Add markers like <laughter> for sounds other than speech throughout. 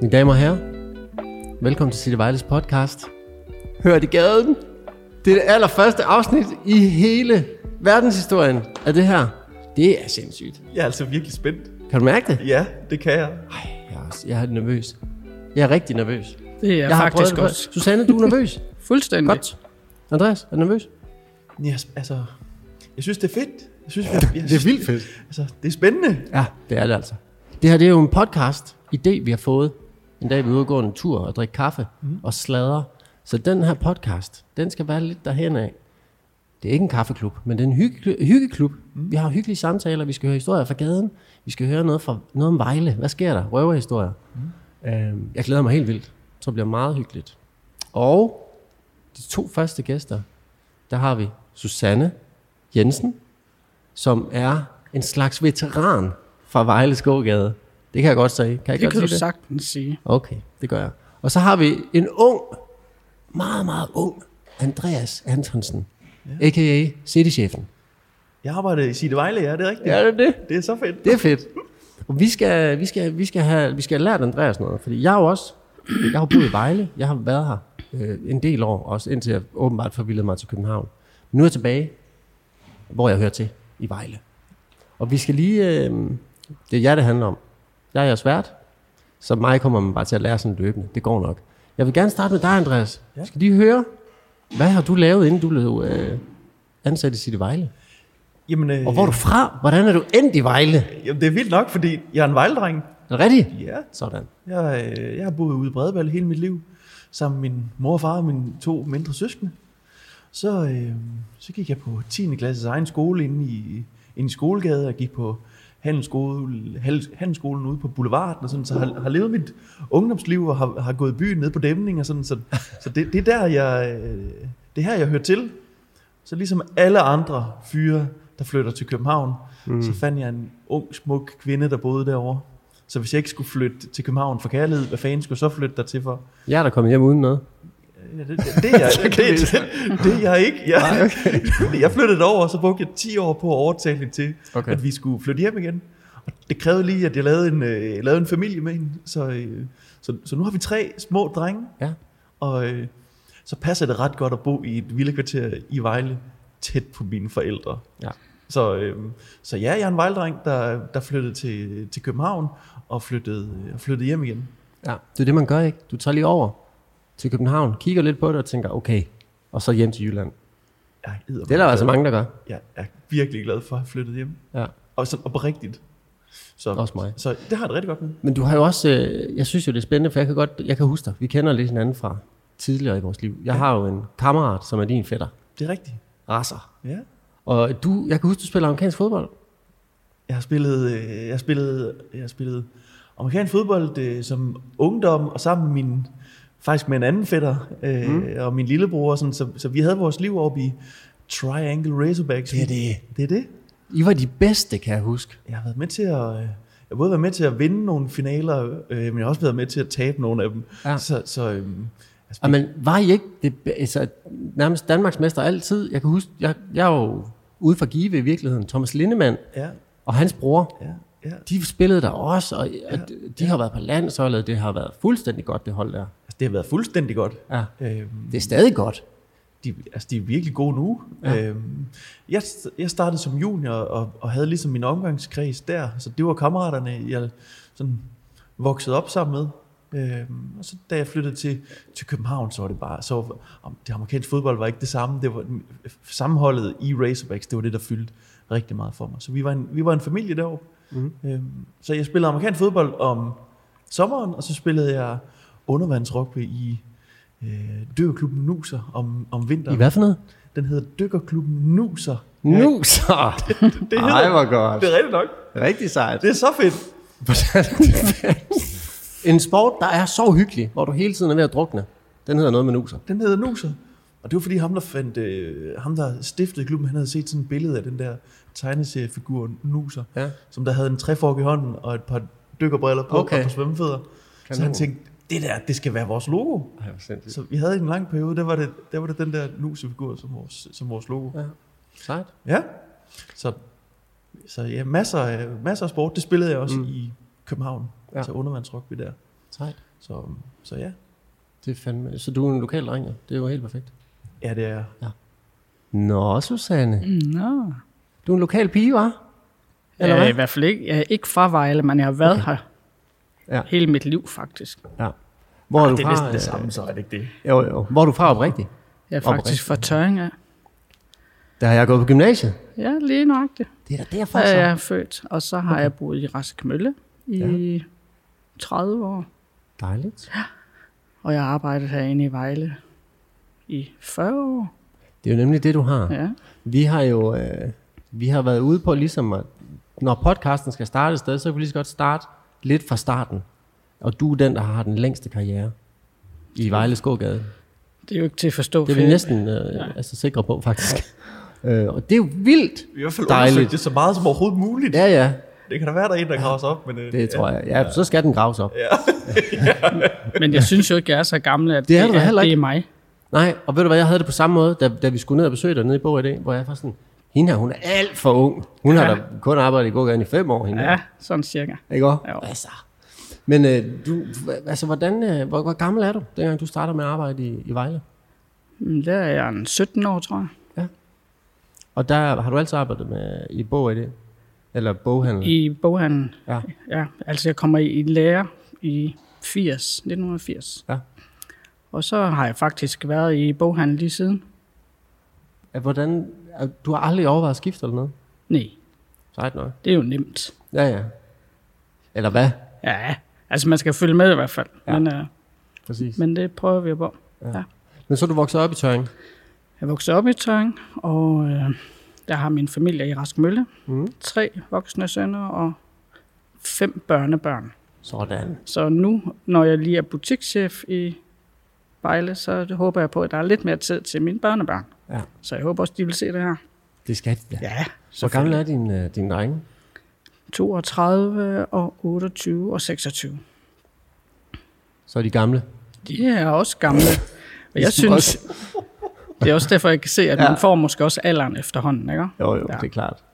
Mine damer og herrer, velkommen til City Vejles podcast. Hørt i gaden. Det er det allerførste afsnit i hele verdenshistorien af det her. Det er sindssygt. Jeg er altså virkelig spændt. Kan du mærke det? Ja, det kan jeg. Jeg er, også- jeg er nervøs. Jeg er rigtig nervøs. Det er jeg jeg har faktisk prøvet det før. også Susanne, du er <laughs> nervøs. fuldstændig. Godt. Andreas, er du nervøs? Jeg, altså, jeg synes, det er fedt. Jeg synes, jeg, jeg, synes, vildt fedt. altså, det er spændende. Ja, det er det altså. Det her det er jo en podcast idé, vi har fået. En dag vi er ude og gå en tur og drikke kaffe mm. og sladre. Så den her podcast, den skal være lidt derhen af. Det er ikke en kaffeklub, men det er en hygge, hyggeklub. Mm. Vi har hyggelige samtaler, vi skal høre historier fra gaden. Vi skal høre noget, fra, noget om Vejle. Hvad sker der? Røverhistorier. Mm. Øhm, jeg glæder mig helt vildt. Jeg tror, det bliver meget hyggeligt. Og de to første gæster, der har vi Susanne Jensen, som er en slags veteran fra Vejle Skogade. Det kan jeg godt sige. Kan jeg Det godt kan du sige det? sagtens sige. Okay, det gør jeg. Og så har vi en ung, meget, meget ung, Andreas Antonsen, ja. a.k.a. Citychefen. Jeg arbejder i Side Vejle, ja, det er rigtigt. Ja. det det? Det er så fedt. Det er fedt. Og vi skal, vi skal, vi skal, have, vi skal have lært Andreas noget, fordi jeg har jo også, jeg har jo boet i Vejle, jeg har været her øh, en del år, også indtil jeg åbenbart forvildede mig til København. Men nu er jeg tilbage, hvor jeg hører til, i Vejle. Og vi skal lige, øh, det er jer, det handler om. Jeg er jeres vært, så mig kommer man bare til at lære sådan løbende. Det går nok. Jeg vil gerne starte med dig, Andreas. Ja. Skal lige høre, hvad har du lavet, inden du blev øh, ansat i City Vejle? Jamen, øh, Og hvor er du fra? Hvordan er du endt i Vejle? jamen, det er vildt nok, fordi jeg er en vejledreng. Er det rigtigt? Ja, Sådan. jeg, øh, jeg har boet ude i Bredebald hele mit liv, sammen med min mor og far og mine to mindre søskende. Så, øh, så gik jeg på 10. klasses egen skole inde i, inde i Skolegade, og gik på handelsskole, handels- handelsskolen ude på Boulevarden, og sådan, så har, har levet mit ungdomsliv, og har, har gået i byen ned på dæmningen, og sådan, så, så det, det, er der, jeg, øh, det er her, jeg hører til. Så ligesom alle andre fyre, der flytter til København, mm. så fandt jeg en ung, smuk kvinde, der boede derovre. Så hvis jeg ikke skulle flytte til København for kærlighed, hvad fanden skulle jeg så flytte der til for? Jeg er der kommet hjem uden noget. Ja, det, det, det, <laughs> er jeg, det, det, det er jeg ikke. Jeg, okay. <laughs> jeg flyttede over, og så brugte jeg 10 år på at overtale hende til, Okay. okay. at vi skulle flytte hjem igen. Og det krævede lige, at jeg lavede en, øh, lavede en familie med hende. Så, øh, så, så nu har vi tre små drenge, Ja. og øh, så passer det ret godt at bo i et villakvarter i Vejle, tæt på mine forældre. Ja. Så, øh, så ja, jeg er en vejledreng, der, der flyttede til, til København og flyttede, øh, og flyttede hjem igen. ja. Det er det, man gør, ikke? Du tager lige over til København, kigger lidt på det og tænker, okay, og så hjem til Jylland. Jeg Det er der altså mange, der gør. Jeg er virkelig glad for at have flyttet hjem. Ja. Og sådan oprigtigt. Så, Også mig. Så det har jeg det rigtig godt med. Men du har jo også, øh, jeg synes jo, det er spændende, for jeg kan godt, jeg kan huske dig. Vi kender lidt hinanden fra tidligere i vores liv. Jeg har jo en kammerat, som er din fætter, Det er rigtigt. Rasser. Ja. Og du, jeg kan huske, du spiller amerikansk fodbold. Jeg har spillet, øh, jeg har spillet, jeg har spillet amerikansk fodbold øh, som ungdom, og sammen med min, faktisk med en anden fætter, øh, mm. og min lillebror, og sådan, så, så vi havde vores liv oppe i Triangle Razorbacks. Det er det. Det er det. I var de bedste, kan jeg huske. Jeg har været med til at... øh, Jeg har både været med til at vinde nogle finaler, øh, men jeg har også været med til at tabe nogle af dem. Ja. Så, så øhm, altså, Og men var I ikke det, be- altså, nærmest Danmarks mester altid? Jeg kan huske, jeg, jeg er jo ude for Give i virkeligheden. Thomas Lindemann ja, og hans bror, ja, ja. de spillede der også, og, og de- de har været på landsholdet. Det har været fuldstændig godt, det hold der. Altså, det har været fuldstændig godt. Ja. Øhm, Det er stadig godt. de, altså, de er virkelig gode nu. Ja. Øhm, jeg, jeg startede som junior og, og havde ligesom min omgangskreds der, så det var kammeraterne, jeg sådan voksede op sammen med. Øhm, og så da jeg flyttede til, til København, så var det bare, så var- om det amerikanske fodbold var ikke det samme, det var sammenholdet i Razorbacks, det var det, der fyldte rigtig meget for mig. Så vi var en, vi var en familie deroppe. Mhm. Mm. Øhm, så jeg spillede amerikansk fodbold om sommeren, og så spillede jeg undervandsrugby i øh, dykkerklubben Nuser om, om vinteren. I hvad for noget? Den hedder Dykkerklubben Nuser. Nu <laughs> så! <laughs> Det hedder, Ej, hvor godt. det er rigtigt nok. Rigtig <laughs> sejt. Det er så fedt. en sport, der er så hyggelig, hvor du hele tiden er ved at drukne. Den hedder noget med nuser. Den hedder Nuser. Og det var fordi ham, der, fandt, øh, ham, der stiftede klubben, han havde set sådan et billede af den der tegneseriefigur Nuser, Ja. som der havde en træfork i hånden og et par dykkerbriller på Okay. okay. og på svømmefødder. Så han tænkte, det der, det skal være vores logo. Ej, hvor sindssygt. Så vi havde en lang periode, der var det, der var det den der Nuser-figur som vores, som vores logo. Ja. Sejt. Ja. Så, så ja, masser af, masser af sport. Det spillede jeg også mm. i København. Ja. Ja. Så undervandsrugby der. Sejt. Så, så ja. Det er fandme. Så du er en lokal dreng, ja. Det er jo helt perfekt. Ja, det er Nå, Susanne. Nå. Du er en lokal pige, var? Eller Eller hvad? I hvert fald ikke, jeg er ikke fra Vejle, men jeg har været okay. her Ja. ja. hele mit liv, faktisk. Ja. Hvor er du det er fra? næsten det øh, samme, så er det ikke det. Jo, jo. Hvor er du fra oprigtigt? Jeg er Oprigtigt. faktisk fra Tøring af. Der har jeg gået på gymnasiet. Ja, lige nøjagtigt. Det er da derfor, Der så. er jeg født, og så har okay. jeg boet i Rask Mølle i ja. 30 år. Dejligt. Og jeg har arbejdet herinde i Vejle i 40 år. Det er jo nemlig det, du har. Ja. Vi har jo øh, vi har været ude på ligesom, at når podcasten skal starte et sted, så kan vi lige så godt starte lidt fra starten. Og du er den, der har den længste karriere i Vejle Skågade. Det er jo ikke til at forstå. Det er for vi jeg- næsten øh, altså, sikre på, faktisk. <laughs> øh, og det er jo vildt. Vi har i hvert fald Dejligt. undersøgt det så meget som overhovedet muligt. Ja. Ja, ja, Det kan da være, der er en, der graver sig op, men... øh, det tror jeg. Ja, så skal den graves op. Men jeg synes jo ikke, jeg er så gammel, at Det det er er, du da heller det ikke. er mig. Nej, og ved du hvad, jeg havde det på samme måde, da, da vi skulle ned og besøge dig nede i Bog i dag, hvor jeg var sådan, hende her, hun er alt for ung. Hun ja. har Ja. da kun arbejdet i gågaden i fem år, hende Ja, sådan cirka. her. Ikke også? Jo. Altså. Men øh, du, hva- altså, hvordan, øh, hvor, hvor, gammel er du, dengang du starter med at arbejde i, i Vejle? Men Der er jeg en 17 år, tror jeg. Og der har du altid arbejdet med, i Bog i dag? Eller boghandel? I boghandlen. Ja. ja. Altså, jeg kommer i, i lære i 80, 1980. Ja. Og så har jeg faktisk været i boghandel lige siden. At, hvordan, at, du har aldrig overvejet at skifte eller noget? Nej, Sejt nok. det er jo nemt. Ja, ja. Eller hvad? Ja, altså man skal følge med i hvert fald. Ja. Men, øh, Præcis. men det prøver vi på. Ja. Men så er du vokset op i Tøring. Jeg voksede op i Tøring, og øh, der har min familie i Raskmølle. Mm. Tre voksne sønner og fem børnebørn. Sådan. Så nu, når jeg lige er butikschef i Vejle, så det håber jeg på, at der er lidt mere tid til mine børnebørn. Ja. Så jeg håber også, de vil se det her. Det skal de da. Ja, Hvor gammel er din, øh, din drenge? 32 og 28 og 26. Så er de gamle. De er også gamle. Og jeg synes, det er også derfor, jeg kan se, at Ja. man får måske også alderen efterhånden, ikke? Jo, jo, Ja. det er klart.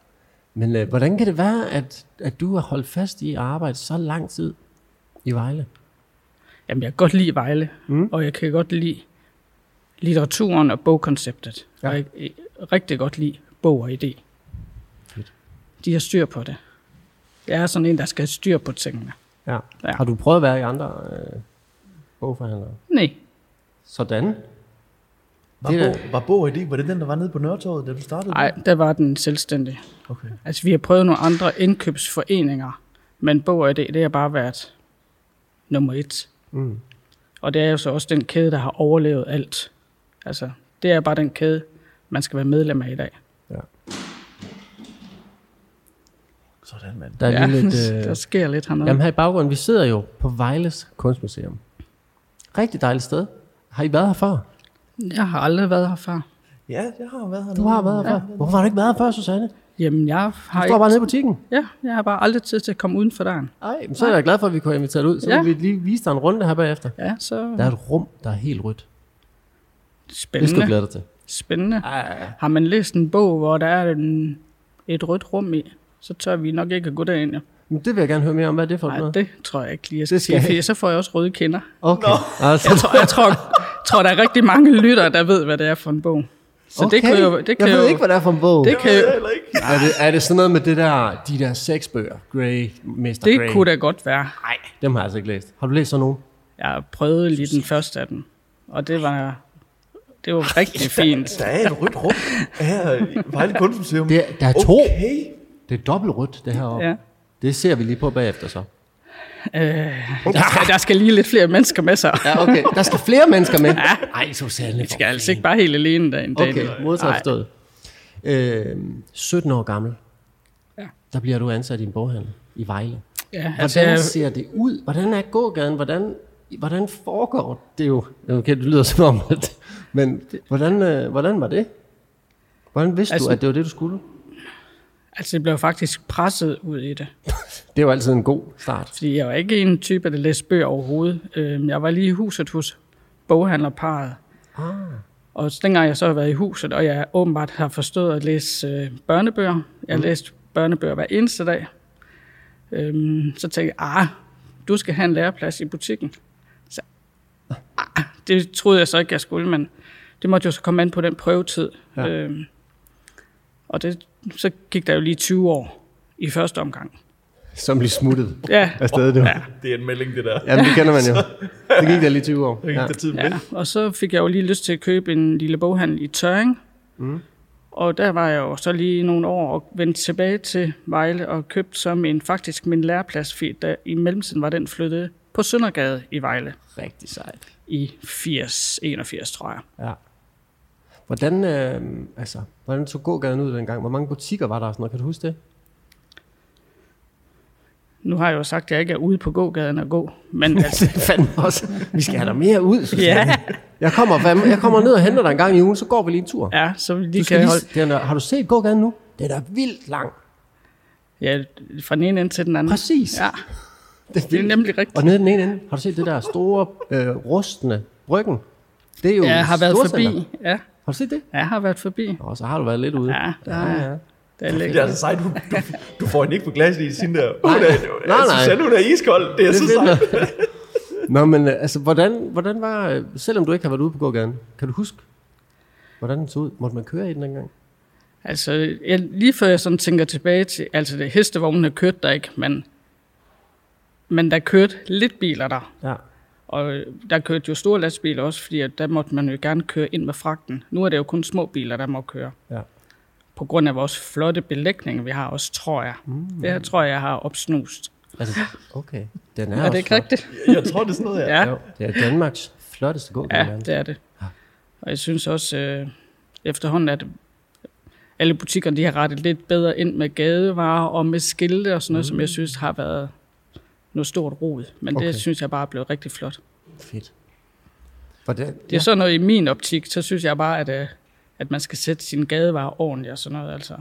Men øh, hvordan kan det være, at, at du har holdt fast i at arbejde så lang tid i Vejle? Jamen, jeg kan godt lide Vejle, Mm. mm. og jeg kan godt lide litteraturen og bogkonceptet. Ja. Ja. Og jeg jeg rigtig godt lide bog og idé. Fedt. De har styr på det. Jeg er sådan en, der skal have styr på tingene. Ja. Ja. Har du prøvet at være i andre øh, bogforhandlere? Nej, Sådan. Var, Det er Bo, var Bo ID, var det den, der var nede på Nørretorvet, da du startede? nej, der var den selvstændig. Okay. Altså, vi har prøvet nogle andre indkøbsforeninger, men bog og idé, det har bare været nummer et. Mm. Og det er jo så også den kæde, der har overlevet alt. Altså, det er bare den kæde, man skal være medlem af i dag. Sådan, mand. Der er ja. <laughs> lige lidt... der Øh, sker lidt hernede. jamen her i baggrunden, vi sidder jo på Vejles Kunstmuseum. Rigtig dejligt sted. Har I været her før? Jeg har aldrig været her før. Ja, jeg har været her. Du har været her før. Hvorfor har du ikke været her før, Susanne? Du Jamen, jeg har, står ikke, bare nede i butikken. ja, jeg har bare aldrig tid til at komme uden for døren. Ej, men så er jeg da glad for, at vi kunne have inviteret dig ud. Så Ja. ja. vi lige vise dig en runde her bagefter. Ja, så Der er et rum, der er helt rødt. Det skal du spændende. glæde dig til. spændende. Ej, Har man læst en bog, hvor der er en, et rødt rum i, så tør vi nok ikke at gå derind. jo. Men det vil jeg gerne høre mere om. Hvad er det for Nej, noget? det tror jeg ikke lige, Det jeg skal skal sige, jeg fordi så får jeg også røde kinder. <laughs> Okay. Altså, Jeg tror, jeg tror, tror der er rigtig mange lyttere, der ved, hvad det er for en bog. Så det kan jo... Det kan jeg ved jo, ikke, hvad det er for en bog. det kan jo, Heller ikke. Er, det, er det sådan noget med det der, de der seks bøger? Grey, Mr. det Grey. kunne da godt være. Nej, dem har jeg altså ikke læst. Har du læst sådan nogen? Jeg prøvede lige den første af dem, og det var, det var rigtig fint. Der er et rødt rum her i Vejle Kunstmuseum. Det, er- der er to. Okay. Okay. Det er dobbelt rødt, det heroppe. Ja. Ja. Det ser vi lige på bagefter så. Der skal, <laughs> der skal lige lidt flere mennesker med sig. Ja, okay. <laughs> Der skal flere mennesker med. Nej, Susanne. Vi skal altså ikke bare helt alene derinde. Okay, modtaget Nej, forstået. Øh, 17 år gammel. Ja. Der bliver du ansat i en boghandel i Vejle. ja, altså, Hvordan jeg, ser det ud? Hvordan er gågaden? Hvordan, hvordan foregår det jo? Okay, det lyder <laughs> som om, at, men hvordan, øh, hvordan var det? Hvordan vidste altså, Altså- du, at det var det, du skulle? altså, jeg blev faktisk presset ud i det. Det var altid en god start. Fordi jeg var ikke en type, der læste bøger overhovedet. Øhm, Jeg var lige i huset hos boghandlerparet. Ah, Og dengang jeg så har været i huset, og jeg åbenbart har forstået at læse øh, børnebøger. Jeg har læst børnebøger hver eneste dag. Øhm, så tænkte jeg, ah, du skal have en læreplads i butikken. Ah, Det troede jeg så ikke, jeg skulle, men det måtte jo så komme an på den prøvetid. Ja. Ja. Øhm, og det, så gik der jo lige 20 år i første omgang. Som lige smuttet Ja, afsted, du. Ja. Det er en melding, det der. Jamen, det kender man <laughs> jo. Det gik der lige 20 år. Der gik Ja. der tid med. ja. Og så fik jeg jo lige lyst til at købe en lille boghandel i Tøring. Mm. Og der var jeg jo så lige nogle år og vendte tilbage til Vejle og købte så min, faktisk min læreplads, fordi der, i mellemtiden var den flyttet på Søndergade i Vejle Rigtig sejt. i 80, 81, tror jeg. Ja. Hvordan, øh, altså, hvordan tog gågaden ud dengang? Hvor mange butikker var der og sådan noget? Kan du huske det? Nu har jeg jo sagt, at jeg ikke er ude på gågaden at gå, <laughs> men altså, Det fandme også. Vi skal have dig mere ud, synes Ja. jeg. Jeg kommer, fandme- jeg kommer ned og henter dig en gang i ugen, så går vi lige en tur. ja, så vi Du lige skal kan lige, holde den er, har du set gågaden nu? Den er vildt lang. ja, fra den ene ende til den anden. Præcis. Ja, Det er, det er nemlig rigtigt. Og nede i den ene ende, har du set det der store, øh, rustne bryggen? Det er jo Jeg har været storcenter. forbi. Ja, Har du set det? jeg har været forbi. Nå, så har du været lidt ude. Ja, der ja, er- ja. Det er Det er lækkert. altså sejt, du, du, du får en ikke på glas i sin der. Hun Nej. er, Nej, jeg nej. synes, at hun er iskold. Det er Det så er sejt. fedt. <laughs> Nå, men øh, altså, hvordan, hvordan var, øh, selvom du ikke har været ude på gågaden, kan du huske, hvordan den så ud? Måtte man køre i den dengang? Altså, jeg, lige før jeg sådan tænker tilbage til, altså det, hestevognene kørte der ikke, men, men der kørte lidt biler der. Ja. Og øh, der kørte jo store lastbiler også, fordi at der måtte man jo gerne køre ind med fragten. Nu er det jo kun små biler, der må køre. Ja. På grund af vores flotte belægning, vi har også, tror jeg. Mm. Det her tror jeg, jeg har opsnust. Altså, okay. Den er, Er, er også det ikke flot. rigtigt? Jeg tror, det er sådan noget her. Ja. Jo, det er Danmarks flotteste gågade. Ja, det er det. Ja. Og jeg synes også, øh, efterhånden at alle butikkerne de har rettet lidt bedre ind med gadevarer og med skilte og sådan noget, mm. som jeg synes har været noget stort rod. Men okay. Okay. det synes jeg bare er blevet rigtig flot. Fedt. Hvordan, Det er ja. sådan noget i min optik, så synes jeg bare, at, øh, at man skal sætte sine gadevarer ordentligt og sådan noget. Altså.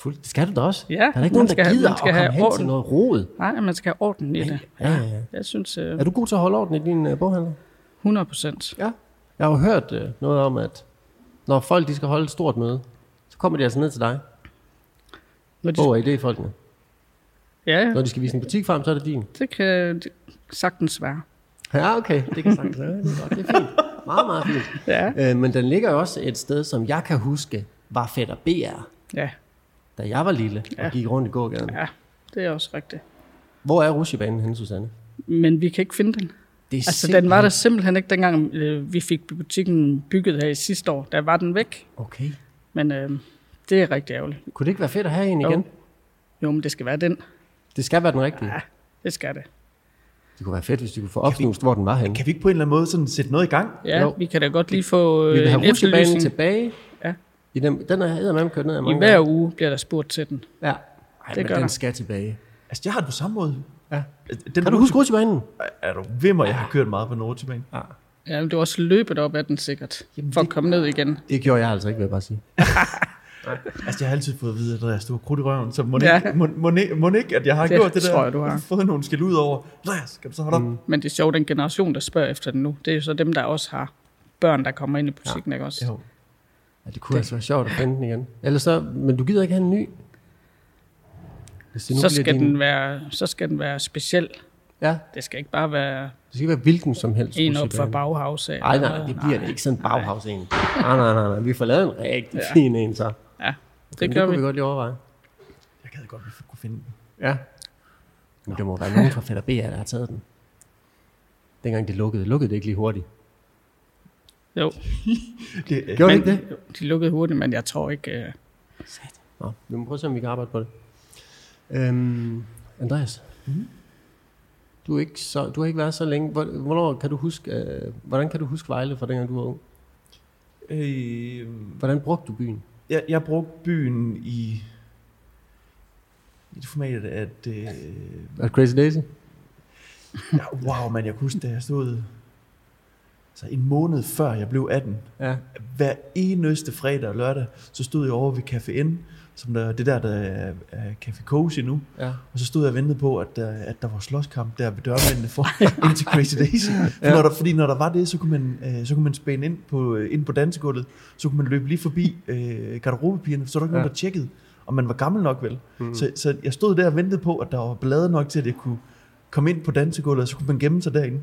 Fuld, det skal du da også. Ja, der er da ikke man nogen, skal der have- gider man skal at komme have hen til orden. noget rod. Nej, man skal have orden i det. Ja, ja, ja. Jeg synes øh, Er du god til at holde orden i din uh, boghandel? 100 procent. Ja. Jeg har jo hørt uh, noget om, at når folk de skal holde et stort møde, så kommer de altså ned til dig. Når de, Bog og idéfolkene. ja, ja, Når de skal vise en butik frem, så er det din. det kan det sagtens være. Ja, okay. Det kan sagtens være. Det er godt. Det er fint. Meget, meget fint. Ja, Øh, men den ligger jo også et sted, som jeg kan huske, var fætter BR, ja, da jeg var lille og Ja. gik rundt i gågaden. ja det er også rigtigt. Hvor er rusjebanen henne, Susanne? Men vi kan ikke finde den. Det er Altså, simpelthen- den var der simpelthen ikke, dengang øh, vi fik butikken bygget her i sidste år. Der var den væk, Okay. men øh, det er rigtig ærgerligt. Kunne det ikke være fedt at have en Jo. igen? Jo, men det skal være den. Det skal være den rigtige. Ja. Det skal det. Det kunne være fedt, hvis de kunne få opsnust, hvor den var henne. Kan vi ikke på en eller anden måde sådan sætte noget i gang? Ja, Jo. jo. vi kan da godt lige få øh, Vi vil en have rusjebanen efterlysning. Til... tilbage. Ja. I den, den er eddermame kørt ned af mange I hver uge bliver der spurt til den. gange. Ja. Ej, Det men gør den der. skal tilbage. Altså, jeg har det på samme måde. Ja. Den Kan du huske rusjebanen? Er du ved mig, jeg har kørt meget på Nordtyban? Ja, men det var også løbet op ad den sikkert, Jamen, for at komme ned igen. Det gjorde jeg altså ikke, vil jeg bare sige. Altså, jeg har altid fået at vide, at der er stor krudt i røven, så må, Ja. ja. ikke, må, må, ikke- må ikke, at jeg har Det gjort det der. tror jeg, du har. Fået nogle skæld ud over. Andreas, skal du så holde op? Mm. Men det er sjovt, den generation, der spørger efter den nu, det er jo så dem, der også har børn, der kommer ind i butikken, ja. ikke også? Jo. Ja, det kunne det. altså være sjovt at finde den igen. Ellers så, men du gider ikke have en ny? Hvis det Så bliver skal, den være, så skal den være speciel. Ja, Det skal ikke bare være det skal ikke være hvilken som helst. en op fra rusjebane. Bauhaus. af, Ej, eller nej, noget. det bliver det ikke sådan en baghavs en. Nej, nej, nej, nej. Vi får lavet en rigtig ja. Ja. fin en, så. Det, Ja, det det gør kunne vi. vi godt lige overveje. Jeg gad godt, at vi kunne finde den. Ja. Men der må være nogen fra Fætter BR, der har taget den. Dengang det lukkede, lukkede det ikke lige hurtigt. Jo, Det, øh, Gjorde men det ikke det? de lukkede hurtigt, men jeg tror ikke... øh, Nå, vi må prøve at se, om vi kan arbejde på det. Øhm, Andreas, mm-hmm. du, er ikke så, du har ikke været så længe. Hvor- Hvornår kan du huske, øh, hvordan kan du huske Vejle fra dengang du var ung? øh, Hvordan brugte du byen? jeg, jeg brugte byen i, i det format, at... Øh, Er det Crazy Daisy? Ja, wow, man, jeg kunne huske, da jeg stod så en måned før jeg blev 18. Ja. Hver eneste fredag og lørdag, så stod jeg over ved Café N, som der, det der, der er- er Café Cozy nu. ja. Og så stod jeg og ventede på, at, der- at der var slåskamp der ved dørmændene for ind til Crazy Daisy. For Ja. når der, fordi når der var det, så kunne man, øh, så kunne man spænde ind på, øh, ind på dansegulvet, så kunne man løbe lige forbi øh, garderobepigerne, så var der ikke ja. Ja. nogen, der tjekkede, om man var gammel nok vel. Mm. Så, så jeg stod der og ventede på, at der var blade nok til, at jeg kunne kom ind på dansegulvet, og så kunne man gemme sig derinde.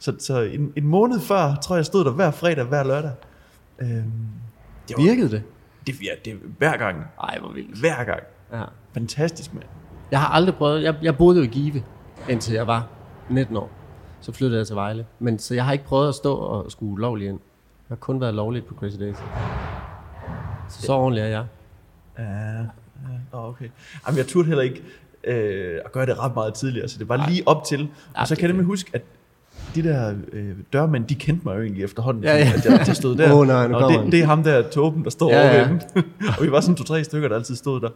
Så, så en, en måned før, tror jeg, stod der hver fredag, hver lørdag. Øhm, det var, Virkede det? det, ja, det, hver gang. Ej, hvor vildt. Hver gang. Ja. Fantastisk, mand. Jeg har aldrig prøvet, jeg, jeg boede jo i Give, indtil jeg var 19 år. Så flyttede jeg til Vejle. Men så jeg har ikke prøvet at stå og skue ulovligt ind. Jeg har kun været lovligt på Crazy Days. Så, så ordentlig er jeg. Ja, ja. Nå, okay. Jamen, jeg turde heller ikke øh, at gøre det ret meget tidligere, så det var lige op til. Ej, Og så det- kan jeg nemlig huske, at de der øh, dørmænd, de kendte mig jo egentlig efterhånden. Ja, ja. fordi At jeg, de stod der. Åh, nej, nu og kommer han. det, det er ham der, Torben, der står Ja, ja, over ja. ved dem. <laughs> og vi var sådan to-tre stykker, der altid stod der.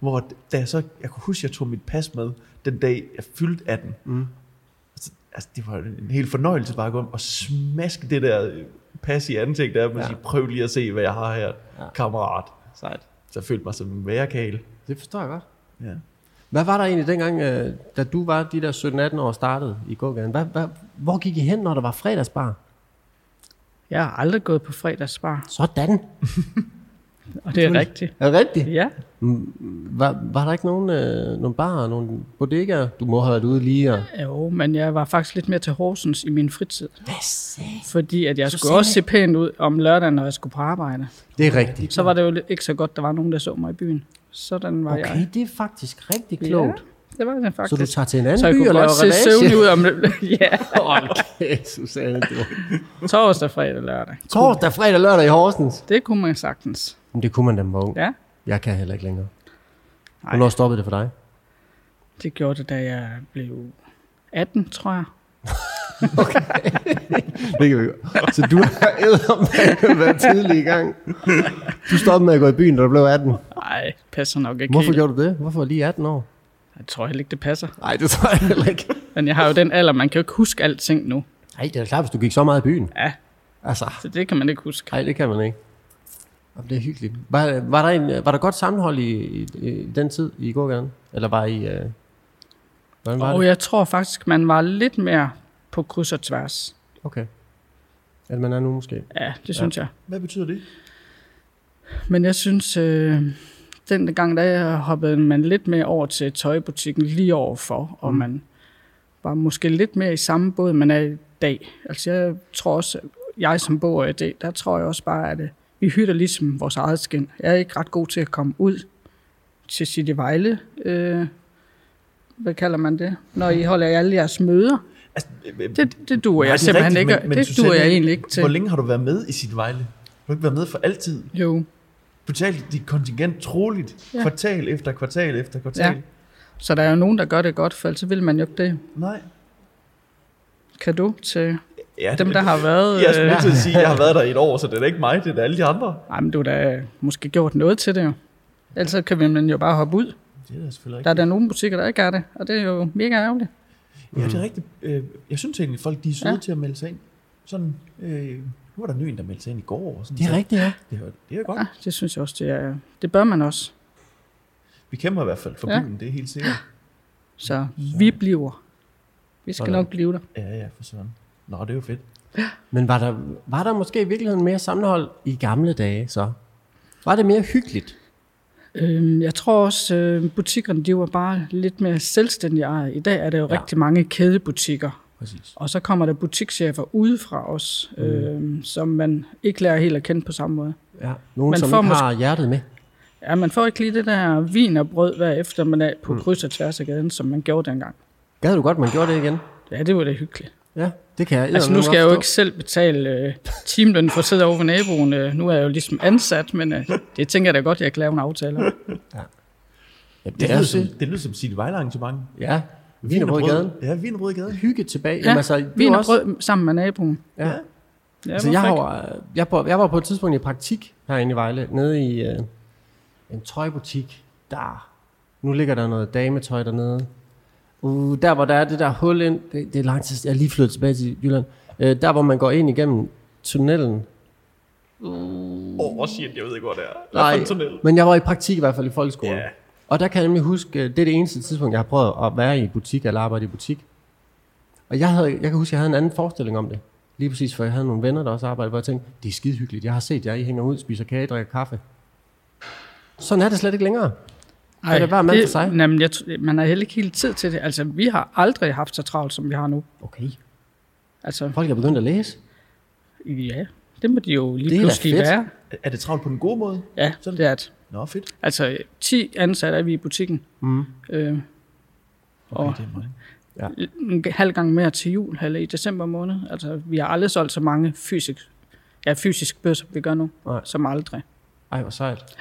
Hvor da jeg så, jeg kunne huske, jeg tog mit pas med den dag, jeg fyldte 18. Mm. Altså, altså, det var en hel fornøjelse bare at gå om og smaske det der øh, pas i ansigtet af dem og Ja. sige, prøv lige at se, hvad jeg har her, Ja. kammerat. Sejt. Så jeg følte mig som en værekale. Det forstår jeg godt. Ja. Hvad var der egentlig dengang, øh, da du var de der 17-18 år og startede i gågaden? Hvad, hvad, hvor gik I hen, når der var fredagsbar? Jeg har aldrig gået på fredagsbar, Sådan. og det er rigtigt. Er det rigtigt? Ja, Var, var der ikke nogen, øh, nogen barer, nogen bodegaer? Du må have været ude lige og... jo, men jeg var faktisk lidt mere til Horsens i min fritid. Hvad sagde? Fordi at jeg skulle også se pænt ud om lørdagen, når jeg skulle på arbejde. Det er rigtigt. Så var det jo lidt- ikke så godt, der var nogen, der så mig i byen. Sådan var Okay, jeg. det er faktisk rigtig klogt. Ja, det var det Så faktisk. du tager til en anden så jeg by kunne og laver godt se søvnig ud om <laughs> ja, Okay, <laughs> Susanne. Du. torsdag, fredag, lørdag. Torsdag, fredag, lørdag i Horsens. Det kunne man sagtens. Men det kunne man da må. Ja, Jeg kan heller ikke længere. Nej. Hvornår stoppede det for dig? det gjorde det, da jeg blev 18, tror jeg. Det kan vi godt. Så du har eddermame været tidlig i gang. Du stoppede med at gå i byen, da du blev 18. Nej, passer nok ikke Hvorfor helt. gjorde du det? Hvorfor lige 18 år? Jeg tror heller ikke, det passer. Nej, det tror jeg heller ikke. Men jeg har jo den alder, man kan jo ikke huske alting nu. Nej, det er da klart, hvis du gik så meget i byen. Ja, Altså, så det kan man ikke huske. nej, det kan man ikke. Jamen, det er hyggeligt. Var, var, der en, var der godt sammenhold i, i, i den tid i gågaden? Eller var I... Øh, hvordan var Og det? jeg tror faktisk, man var lidt mere på kryds og tværs. Okay. At man er nu måske. Ja, det synes jeg. Hvad betyder det? Men jeg synes, øh, den gang, da jeg hoppede man lidt mere over til tøjbutikken lige overfor, og man var måske lidt mere i samme båd, man er i dag. Altså jeg tror også, jeg som bor i dag, der tror jeg også bare, at øh, vi hytter ligesom vores eget skin. Jeg er ikke ret god til at komme ud til City Vejle. Øh, hvad kalder man det? Når I holder alle jeres møder. Altså, det Det, det duer jeg simpelthen ikke. det duer jeg egentlig ikke Hvor til. længe har du været med i sit vejle? Har du ikke været med for altid? Jo. Du betalte dit kontingent troligt, Ja. ja. kvartal efter kvartal efter kvartal. Ja. Så der er jo nogen, der gør det godt, for ellers så vil man jo ikke det. Nej. Kado til Ja, Dem, der har været... Jeg skulle Øh, lige til at sige, at jeg har været der i et år, så det er da ikke mig, det er da alle de andre. ej, men du har da måske gjort noget til det jo. Ellers så kan vi man jo bare hoppe ud. Det er da selvfølgelig Der er rigtigt. der nogle butikker, der ikke er det, og det er jo mega ærgerligt. Ja, det er rigtigt. Øh, Jeg synes egentlig, at folk de er søde Ja. ja. til at melde sig ind. Sådan, øh, nu var der en ny en, der meldte sig ind i går. Og sådan, Det er så rigtigt, ja. Det er, det er godt. Ja, Ah, det synes jeg også, det er. Det bør man også. Vi kæmper i hvert fald for Ja. byen, det er helt sikkert. Så vi bliver. Vi skal Sådan. nok blive der. Ja, ja, for sådan. Nå, det er jo fedt. Men var der, var der måske i virkeligheden mere sammenhold i gamle dage så? Var det mere hyggeligt? Øhm, jeg tror også, øh, butikkerne de var bare lidt mere selvstændige ejet. I dag er der jo Ja. ja. rigtig mange kædebutikker. Præcis. Og så kommer der butikschefer udefra os, øh, som man ikke lærer helt at kende på samme måde. Ja. Nogen, Man som får ikke har hjertet med. Ja, man får ikke lige det der vin og brød hver eftermiddag på mm. kryds og tværs af gaden, som man gjorde dengang. Gad du godt, man gjorde det igen? Ja, det var da hyggeligt. Ja, det kan jeg. Altså, eddermame nu skal jeg jo godt ikke selv betale øh, timeløn for at sidde over for naboen. Øh, nu er jeg jo ligesom ansat, men øh, det tænker jeg da godt, jeg kan lave en aftale om. forstå. Jamen, Det, det er lyder jo som, det. det lyder som sit vejlarrangement. Ja, vin og brød i gaden. Ja, vin og brød i gaden. Hygge tilbage. Ja, altså, det er vin jo og brød sammen med naboen. Ja. Ja, Altså, hvorfor jeg, har, ikke? jo, øh, jeg, på, jeg var på et tidspunkt i praktik herinde i Vejle, nede i øh, en tøjbutik. Der. Nu ligger der noget dametøj dernede. Uh, der, hvor der er det der hul ind, det, det er lang tid, jeg er lige flyttet tilbage til Jylland. Øh, der, hvor man går ind igennem tunnelen. Åh, oh, shit, jeg ved ikke, hvor det er. men jeg var i praktik i hvert fald i folkeskolen. Ja. Og der kan jeg nemlig huske, øh, det er det eneste tidspunkt, jeg har prøvet at være i butik eller arbejde i butik. Og jeg, havde, jeg kan huske, jeg havde en anden forestilling om det. Lige præcis, for jeg havde nogle venner, der også arbejdede, hvor jeg tænkte, det er skide hyggeligt. Jeg har set jer, I hænger ud, spiser kage, drikker kaffe. Sådan er det slet ikke længere. Ej, kan det være mand for sig? Jamen, jeg, tr- man har heller ikke helt tid til det. Altså, vi har aldrig haft så travlt, som vi har nu. Okay. Altså, Folk er begyndt at læse. ja, det må de jo lige Det er da pludselig fedt. være. Er- Er det travlt på den gode måde? Ja, Sådan. det er det. Nå, fedt. Altså, 10 ansatte er vi i butikken. Mm. Øh, Okay, Og- det er meget. en halv gang mere til jul, eller i december måned. Altså, vi har aldrig solgt så mange fysisk, ja, fysisk bøger, som vi gør nu. Nej. Som aldrig. Ej, hvor sejt.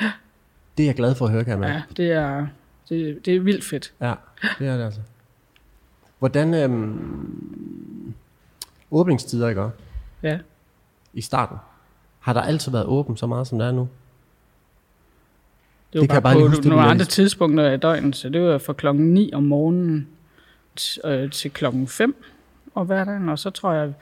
Det er jeg glad for at høre, kan man. Ja, det er, det, det er vildt fedt. Ja, det er det altså. Hvordan øhm, åbningstider, ikke også? Ja. I starten. Har der altid været åbent så meget, som der er nu? Det Det var kan det jeg bare bare, bare på lige huske, det nogle blev andre læst. tidspunkter i døgnet, så det var fra klokken 9 om morgenen t- øh, til klokken 5 om hverdagen, og så tror jeg,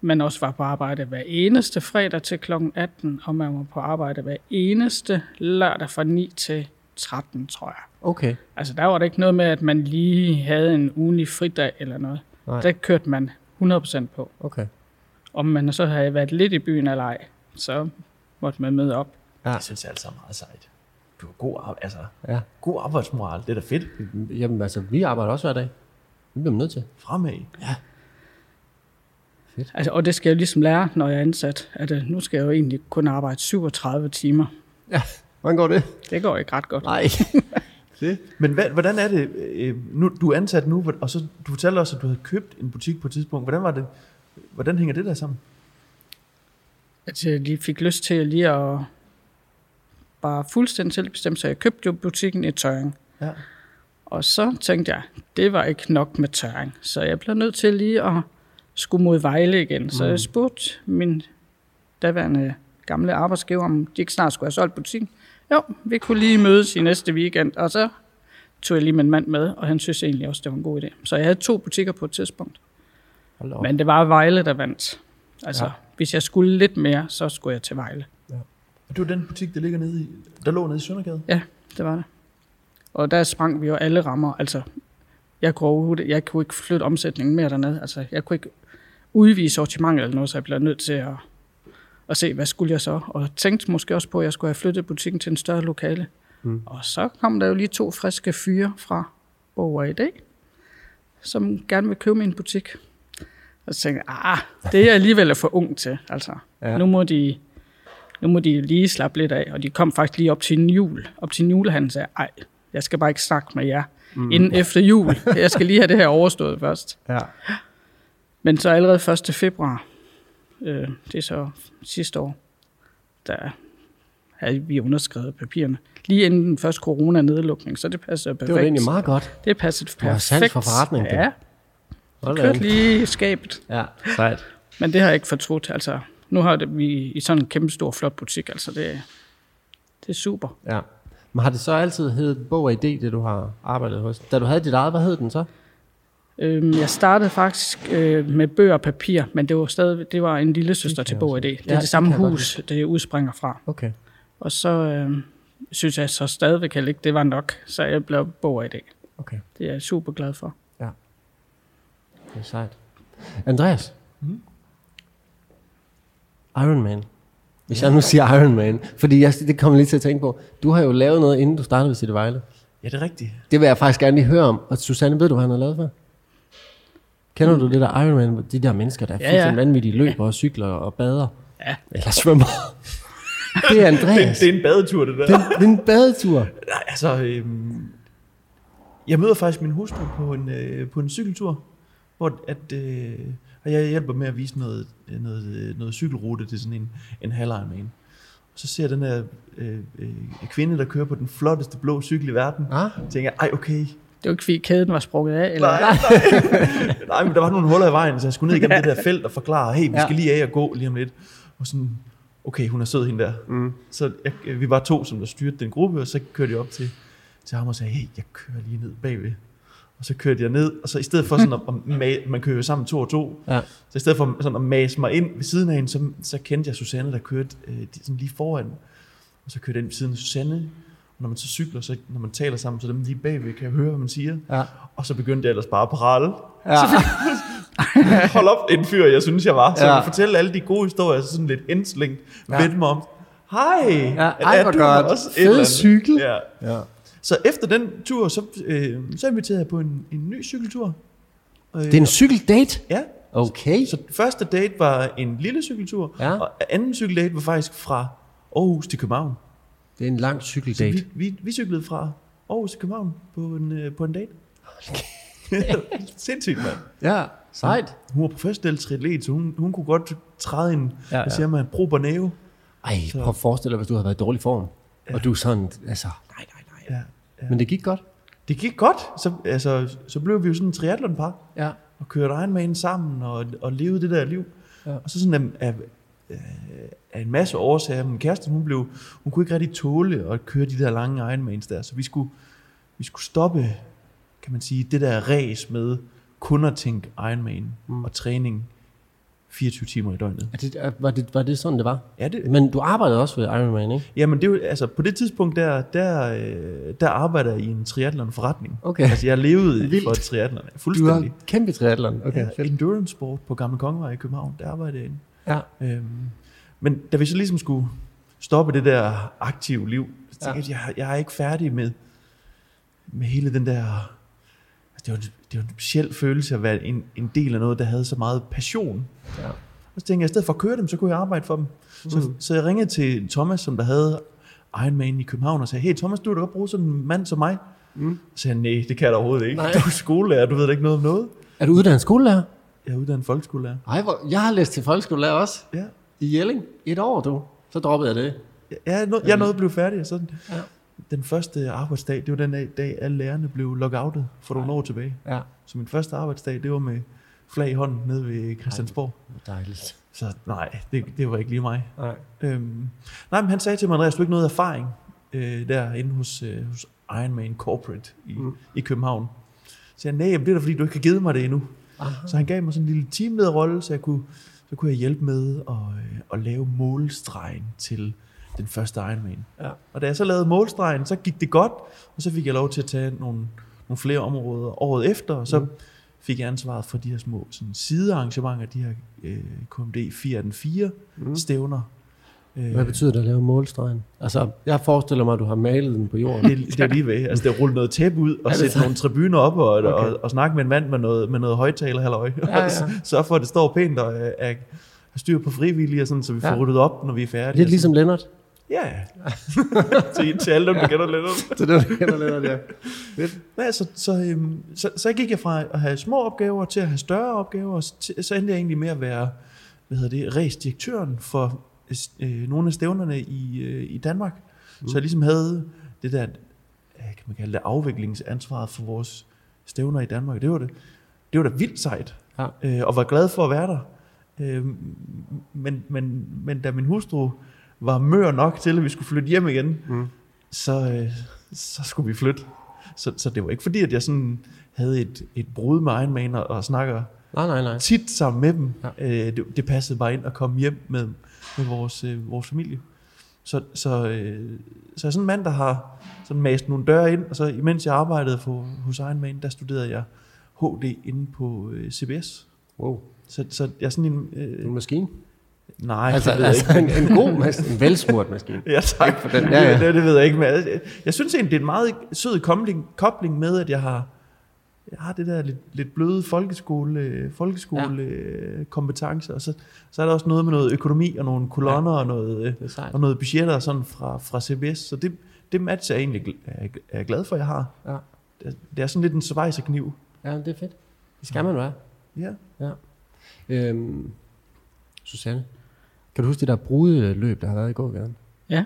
man også var på arbejde hver eneste fredag til klokken 18, og man var på arbejde hver eneste lørdag fra 9 til 13, tror jeg. Okay. Altså, der var det ikke noget med, at man lige havde en ugenlig fridag eller noget. Nej. Nej. Der kørte man 100% på. Okay. Om man så havde været lidt i byen eller ej, så måtte man møde op. Jeg synes det er alt sammen meget sejt. Du har god, ar- altså, Ja. god arbejdsmoral. Det er da fedt. Jamen altså, vi arbejder også hver dag. Det bliver man nødt til. Fremad. Altså, og det skal jeg jo ligesom lære, når jeg er ansat, at øh, nu skal jeg jo egentlig kun arbejde 37 timer. Ja, hvordan går det? Det går ikke ret godt. Nej. Men hvad, hvordan er det, øh, nu, du er ansat nu, hvor- og så du fortalte også, at du havde købt en butik på et tidspunkt. Hvordan var det? Hvordan hænger det der sammen? At jeg lige fik lyst til lige at bare fuldstændig selvbestemme, så jeg købte jo butikken i Tøring. Ja. Og så tænkte jeg, det var ikke nok med tørring, så jeg blev nødt til lige at skulle mod Vejle igen. Så Mm. jeg spurgte min daværende gamle arbejdsgiver, om de ikke snart skulle have solgt butikken. Jo, vi kunne lige mødes i næste weekend, og så tog jeg lige min mand med, og han synes egentlig også, det var en god idé. Så jeg havde to butikker på et tidspunkt, Hold da op. okay. men det var Vejle, der vandt. Altså, Ja. ja. hvis jeg skulle lidt mere, så skulle jeg til Vejle. Og det var den butik, der ligger nede i, der lå nede i Søndergade. Det var det. Og der sprang vi jo alle rammer. Altså, jeg kunne, overhovedet- jeg kunne ikke flytte omsætningen mere dernede. Altså, jeg kunne ikke udvise sortimentet eller noget, så jeg blev nødt til at, at se, hvad skulle jeg så? Og tænkte måske også på, at jeg skulle have flyttet butikken til en større lokale. Mm. Mm. Og så kom der jo lige to friske fyre fra Borger i dag, som gerne vil købe min butik. Og så tænkte jeg, ah, det er jeg alligevel for ung til. Altså, Ja. ja. nu må de nu må de lige slappe lidt af, og de kom faktisk lige op til en jul. Op til en julehandel sagde, ej, jeg skal bare ikke snakke med jer mm. inden efter jul. Jeg skal lige have det her overstået først. Ja. Men så allerede 1. februar, øh, det er så sidste år, der havde vi underskrevet papirerne. Lige inden den første corona-nedlukning, så det passer perfekt. Det var da egentlig meget godt. Det passede perfekt. Du har sans for forretning, du. Ja, Hold da kørte op. lige i skabet. Ja, sejt. Men det har jeg ikke fortrudt. Altså, nu har det, vi i sådan en kæmpe stor, flot butik. Altså, det, det er super. Ja. Men har det så altid heddet Bog og Idé, det du har arbejdet hos? Da du havde dit eget, hvad hed den så? Øhm, jeg startede faktisk øh, med bøger og papir, men det var stadig det var en lille søster til Bog og Det er Ja, det samme det kan jeg hus, det udspringer fra. Okay. Og så øh, synes jeg så stadigvæk heller ikke, det var nok, så jeg blev Bog og Det Okay, er jeg super glad for. det er sejt. Andreas? Mm. Iron Man. Hvis jeg nu siger Iron Man, fordi jeg, det kommer jeg lige til at tænke på. Du har jo lavet noget, inden du startede ved City Vejle. Ja, det er rigtigt. Det vil jeg faktisk gerne lige høre om. Og Susanne, ved du, hvad han har lavet før? Kender du det der Iron Man, hvor de der mennesker, der er Ja, fuldstændig ja. vanvittige løber og cykler og bader? Ja. Eller svømmer. det er Andreas. Det er en badetur, det der. Det, det er en badetur. Nej, altså, øhm, jeg møder faktisk min hustru på en, øh, på en cykeltur, hvor at, øh, og jeg hjælper med at vise noget, øh, noget, øh, noget cykelrute til sådan en, en halvironman. Og så ser jeg den her øh, øh, kvinde, der kører på den flotteste blå cykel i verden. Ah. Og tænker, ej okay, Det var ikke fordi kæden var sprunget af, eller nej, nej. <laughs> nej, men der var nogle huller i vejen, så jeg skulle ned igennem det der felt og forklare, hey, vi skal lige af og gå lige om lidt. Og sådan, okay, hun er sød hende der. Mm. Så jeg, vi var to, som der styrte den gruppe, og så kørte jeg op til, til ham og sagde, hey, jeg kører lige ned bagved. Og så kørte jeg ned, og så i stedet for sådan at, at ma- man kører jo sammen to og to, Ja. så i stedet for sådan at mase mig ind ved siden af hende, så, så kendte jeg Susanne, der kørte øh, de- sådan lige foran. Og så kørte jeg ind ved siden af Susanne, og når man så cykler, så når man taler sammen, så dem lige bagved kan jeg høre, hvad man siger. Ja. Og så begyndte jeg ellers bare at prale. Ja. <laughs> Hold op, en fyr, jeg synes, jeg var. Så Ja. ja. fortælle alle de gode historier, så sådan lidt henslængt. Ja. Ja. Vendt mig om. Hej, ej, hvor godt. Fed cykel. Ja. ja. Så efter den tur, så, øh, så inviterede jeg på en, en ny cykeltur. Øh, Det er en cykeldate? Ja, Okay. så første date var en lille cykeltur, Ja. og anden cykeldate var faktisk fra Aarhus til København. Det er en lang Så vi, cykeldate. vi, vi cyklede fra Aarhus til København på en, øh, på en date. Sindssygt, mand. Ja, sejt. Hun var professionel triatlet, så hun, hun kunne godt træde en, ja, Ja, ja. ja. hvad siger man, prober næve. Ej, prøv at forestille dig, hvis du havde været i dårlig form. Og du er sådan, altså, nej, nej, nej. Ja. Men det gik godt. Det gik godt, så, altså, så blev vi jo sådan en triathlonpar, Ja. og kørte Ironman sammen, og, og levede det der liv. Ja. Ja. Og så sådan af, af, af en masse årsager, min kæreste, hun, blev, hun kunne ikke rigtig tåle at køre de der lange Ironmans der, så vi skulle, vi skulle stoppe, kan man sige, det der race med kun at tænke Ironman mm. og træning 24 timer i døgnet. Er det, er, var, det, var det sådan, det var? Ja, det, Men du arbejdede også ved Ironman, ikke? Jamen det er jo, altså på det tidspunkt der, der, øh, der arbejder jeg i en triathlon forretning. Okay. Altså <laughs> jeg levede Vildt. Vildt. for triathlon, Du har fuldstændig. kæmpe triathlon. Okay, Ja, fedt. endurance sport på Gamle Kongevej i København, der arbejder jeg inde. Ja. Øhm, men da vi så ligesom skulle stoppe det der aktive liv, så Ja. tænkte ja. jeg, jeg er ikke færdig med, med hele den der... Altså, det, var en, det var en speciel følelse at være en, en del af noget, der havde så meget passion. Ja. Mhm. Og så tænkte jeg, i stedet for at køre dem, så kunne jeg arbejde for dem. Mm. Så, så jeg ringede til Thomas, som der havde Ironman i København, og sagde, hey Thomas, du kan da godt bruge sådan en mand som mig. Mm. Så sagde han, nej, det kan jeg da overhovedet ikke. Mhm. Nej. Nej. Du er skolelærer, du ved da ikke noget om noget. Er du uddannet skolelærer? Jeg er uddannet folkeskolelærer. Ej, hvor, jeg har læst til folkeskolelærer også. Ja. I Jelling. Et år, du. Så droppede jeg det. Ja, nå, jeg nåede at blive færdig. og Så Ja. ja. Den første arbejdsdag, det var den dag, dag alle lærerne blev lockoutet for nogle år tilbage. Ja. Så min første arbejdsdag, det var med flag i hånden nede ved Christiansborg. Dejligt. Så nej, det, det var ikke lige mig. Nej. Øhm, nej, men han sagde til mig, Andreas, du har ikke noget erfaring øh, derinde hos, øh, hos Ironman Corporate i, mm. i København. Så jeg, nej, men det er da fordi, du ikke har givet mig det endnu. Aha. Så han gav mig sådan en lille teamlederrolle, så jeg kunne, så kunne jeg hjælpe med at, øh, at lave målstregen til den første Ironman. Ja. Og da jeg så lavede målstregen, så gik det godt, og så fik jeg lov til at tage nogle, nogle flere områder året efter, og så mm. fik jeg ansvaret for de her små sådan, sidearrangementer, de her øh, KMD 4 af den 4 mm. stævner. Øh, Hvad betyder det at lave målstregen? Altså, jeg forestiller mig, at du har malet den på <laughs> jorden. det, det er lige ved. Altså, det er rulle noget tæppe ud, og det sætte sandt? nogle tribuner op, og, okay. og, og, og snakke med en mand med noget, med noget højtaler, halløj. Ja, Ja, <laughs> ja. ja. Sørge for, at det står pænt, og øh, er, er styr på frivillige, og sådan, så vi får Ja. ja. ryddet op, når vi er færdige. Lidt ligesom Lennart. Ja, <laughs> til, til alle dem, der kender lidt Det er det, du kender Lennart, ja. Nej, så, så, øhm, så, så gik jeg fra at have små opgaver til at have større opgaver, og så, så endte jeg egentlig med at være, hvad hedder det, race-direktøren for øh, nogle af stævnerne i, øh, i Danmark. Mm. Så jeg ligesom havde det der, øh, kan man kalde det, afviklingsansvaret for vores stævner i Danmark. Det var det, det var da vildt sejt, Ja. øh, og var glad for at være der. Øh, men, men, men da min hustru var mør nok til, at vi skulle flytte hjem igen, mm. så, øh, så skulle vi flytte. Så, så det var ikke fordi, at jeg sådan havde et, et brud med Iron Man og, og snakker Nej, nej, nej. tit sammen med dem. Ja. Ja. Øh, det, det passede bare ind at komme hjem med, med vores, øh, vores familie. Så, så, øh, så jeg er sådan en mand, der har sådan mast nogle døre ind, og så imens jeg arbejdede for, hos Iron Man, der studerede jeg HD inde på øh, CBS. Wow. Så, så jeg er sådan en... Øh, En maskine. nej, Altså, det ved altså jeg ikke. en, en god maskine. En velsmurt maskine. Ja, tak. for den. Ja, ja. Det, det ved jeg ikke, men jeg, jeg synes egentlig, det er en meget sød kobling, kobling med, at jeg har, jeg har det der lidt, lidt bløde folkeskole, folkeskole ja. kompetence, og så, så er der også noget med noget økonomi og nogle kolonner ja. og, noget, øh, Det er sejt. og noget budgetter sådan fra, fra CBS, så det, det match er jeg egentlig gl- er, jeg- er jeg glad for, at jeg har. Ja. Det, er- det er sådan lidt en svejserkniv. Ja, men det er fedt. Det skal man være. Ja. Mm. Øhm, Susanne, kan du huske det der brudeløb, der har været i går, Gern? Ja.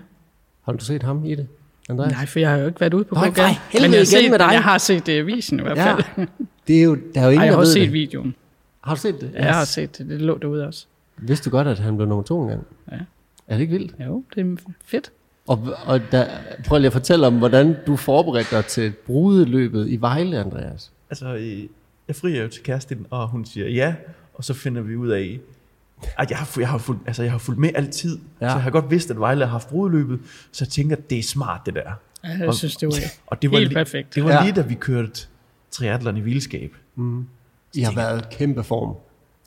Har du set ham i det? Andreas? Nej, for jeg har jo ikke været ude på Nej, Brogade. for helvede Men jeg har, igen set, med dig. jeg har set uh, visen i hvert Ja. fald. Ja. Det er jo, der er jo Ej, ingen, der jeg har ved også set det. videoen. Har du set det? Jeg har set det. Det lå derude også. Vidste du godt, at han blev nummer to engang? Ja. Er det ikke vildt? Jo, det er fedt. Og, og der, prøv lige at fortælle om, hvordan du forberedte dig til brudeløbet i Vejle, Andreas. Altså, øh, jeg frier jo til Kerstin, og hun siger ja, og så finder vi ud af, at jeg har, fu- jeg har, fulgt, altså, jeg har fulgt med altid, Ja. ja. så jeg har godt vidst, at Vejle har haft brudeløbet, så jeg tænker, det er smart det der. Ja, jeg Og- synes, det var <laughs> Og det var, Helt lige, perfekt. Det var Ja. ja. lige da vi kørte triathlon i vildskab. I har været i kæmpe form.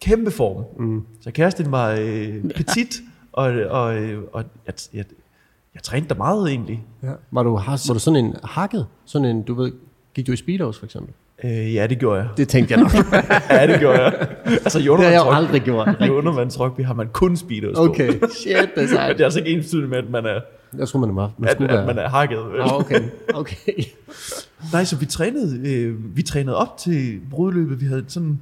Kæmpe form. <laughs> Mm. Så Kerstin var øh, petit, og, og, og, og øh, jeg, jeg, jeg trænede da meget egentlig. Ja. Var, du, har, var du sådan en hakket? Sådan en, du ved, gik du i speedos for eksempel? Øh, ja, det gjorde jeg. Det tænkte <laughs> jeg nok. Ja, det gjorde jeg. <laughs> altså, i det har jeg jo undervandsrugby- aldrig <laughs> gjort. I undervandsrugby har man kun speedos Okay. på. Shit, det er <laughs> Men sejt. det er altså ikke ens med, at man er, Jeg tror, man er meget. Man at, skulle at være. man er hakket. vel? Ah, okay. okay. <laughs> Nej, så vi trænede, øh, vi trænede op til brudløbet. Vi havde sådan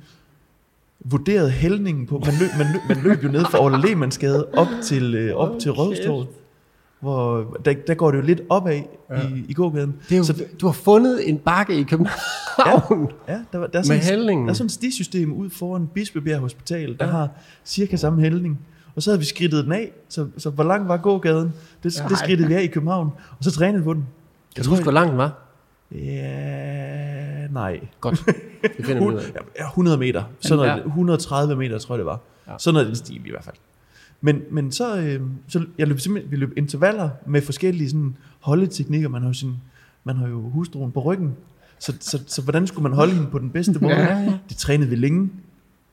vurderet hældningen på. Man løb, man løb, man løb jo ned fra Orla Lehmannsgade op til, øh, op til Rådhustorvet. Hvor der, der går det jo lidt opad ja. i, i gågaden. Det er jo, så, du har fundet en bakke i København. ja, der, var- der, er Med sådan, hældningen. der er sådan et stisystem ud foran Bispebjerg Hospital, der ja. har cirka samme hældning. Og så havde vi skridtet den af, så, så hvor lang var gågaden? Det, det skridtede vi af i København, og så trænede vi på den. Kan du huske, hvor langt den var? Ja, nej. <laughs> Godt. Det finder vi ud af. Hun- ja, 100 meter. Sådan noget, Ja. 130 meter, tror jeg det var. Ja. Sådan noget i den stil i hvert fald. Men, men så, øh, så jeg løb simpelthen, vi løb intervaller med forskellige sådan, holdeteknikker. Man har, jo sin, man har jo hustruen på ryggen. Så, så, så, hvordan skulle man holde hende på den bedste måde? Ja, ja. Det trænede vi længe,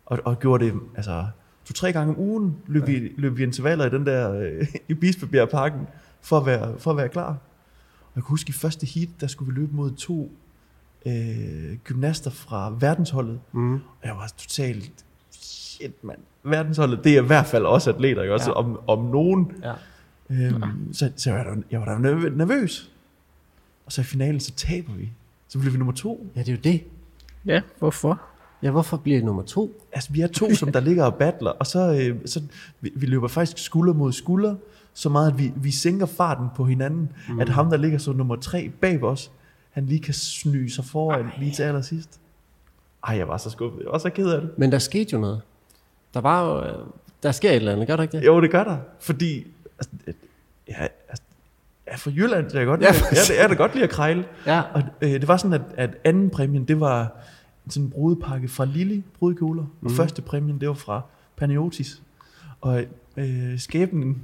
og, og gjorde det altså, to-tre gange om ugen. Løb, ja. vi, løb vi intervaller i den der øh, i Bispebjergparken for at være, for at være klar. Og jeg kan huske, i første heat, der skulle vi løbe mod to øh, gymnaster fra verdensholdet. Mm. Og jeg var totalt, shit mand, verdensholdet, det er i hvert fald også atleter, ikke? Også Ja. ja. om, om nogen. Ja. Øhm, Så, så jeg, var, da- jeg var da nerv- nervøs. Og så i finalen, så taber vi. Så bliver vi nummer to. ja, det er jo det. Ja, hvorfor? Ja, hvorfor bliver det nummer to? Altså, vi er to, som der ligger og battler, og så, øh, så vi, vi løber faktisk skulder mod skulder, så meget, at vi, vi sænker farten på hinanden, mm. at ham, der ligger så nummer tre bag os, han lige kan sny sig foran Ej. lige til allersidst. Ej, jeg var så skuffet. Jeg var så ked af det. Men der skete jo noget. Der var jo... øh, Der sker et eller andet, gør der ikke det? Jo, det gør der, fordi altså, øh, ja, altså, jeg er fra Jylland, så jeg godt Ja, lide, ja, præcis. jeg, jeg, jeg godt lide at krejle. Ja. Og øh, det var sådan, at, at anden præmien, det var sådan en brudepakke fra Lille brudekjoler, mm. Mhm. og første præmien, det var fra Paniotis. Og øh, skæbnen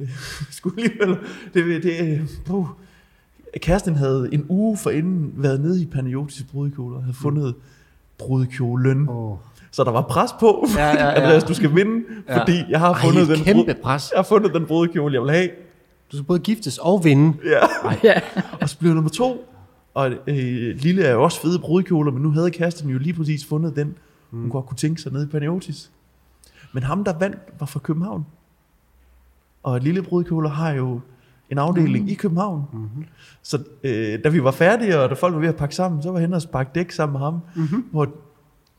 øh, <laughs> skulle alligevel, det, det, øh, puh. Kæresten havde en uge forinden været nede i Paniotis brudekjoler, og havde fundet brudekjolen. Mm. Åh. Så der var pres på, Ja, ja, <laughs> ja. Andreas, du skal vinde, Ja. fordi jeg har Ej, fundet et den kæmpe pres. jeg har fundet den brudekjole, jeg vil have. Du skal både giftes og vinde. Ja. Ja. Og så blev jeg nummer to. Og øh, Lille er jo også fede brudekjoler, men nu havde Kirsten jo lige præcis fundet den, hun godt kunne tænke sig nede i Paniotis. Men ham, der vandt, var fra København. Og Lille Brudekjoler har jo en afdeling mm. i København. Mm-hmm. Så øh, da vi var færdige, og da folk var ved at pakke sammen, så var jeg henne og sparke dæk sammen med ham. Mm-hmm. Hvor,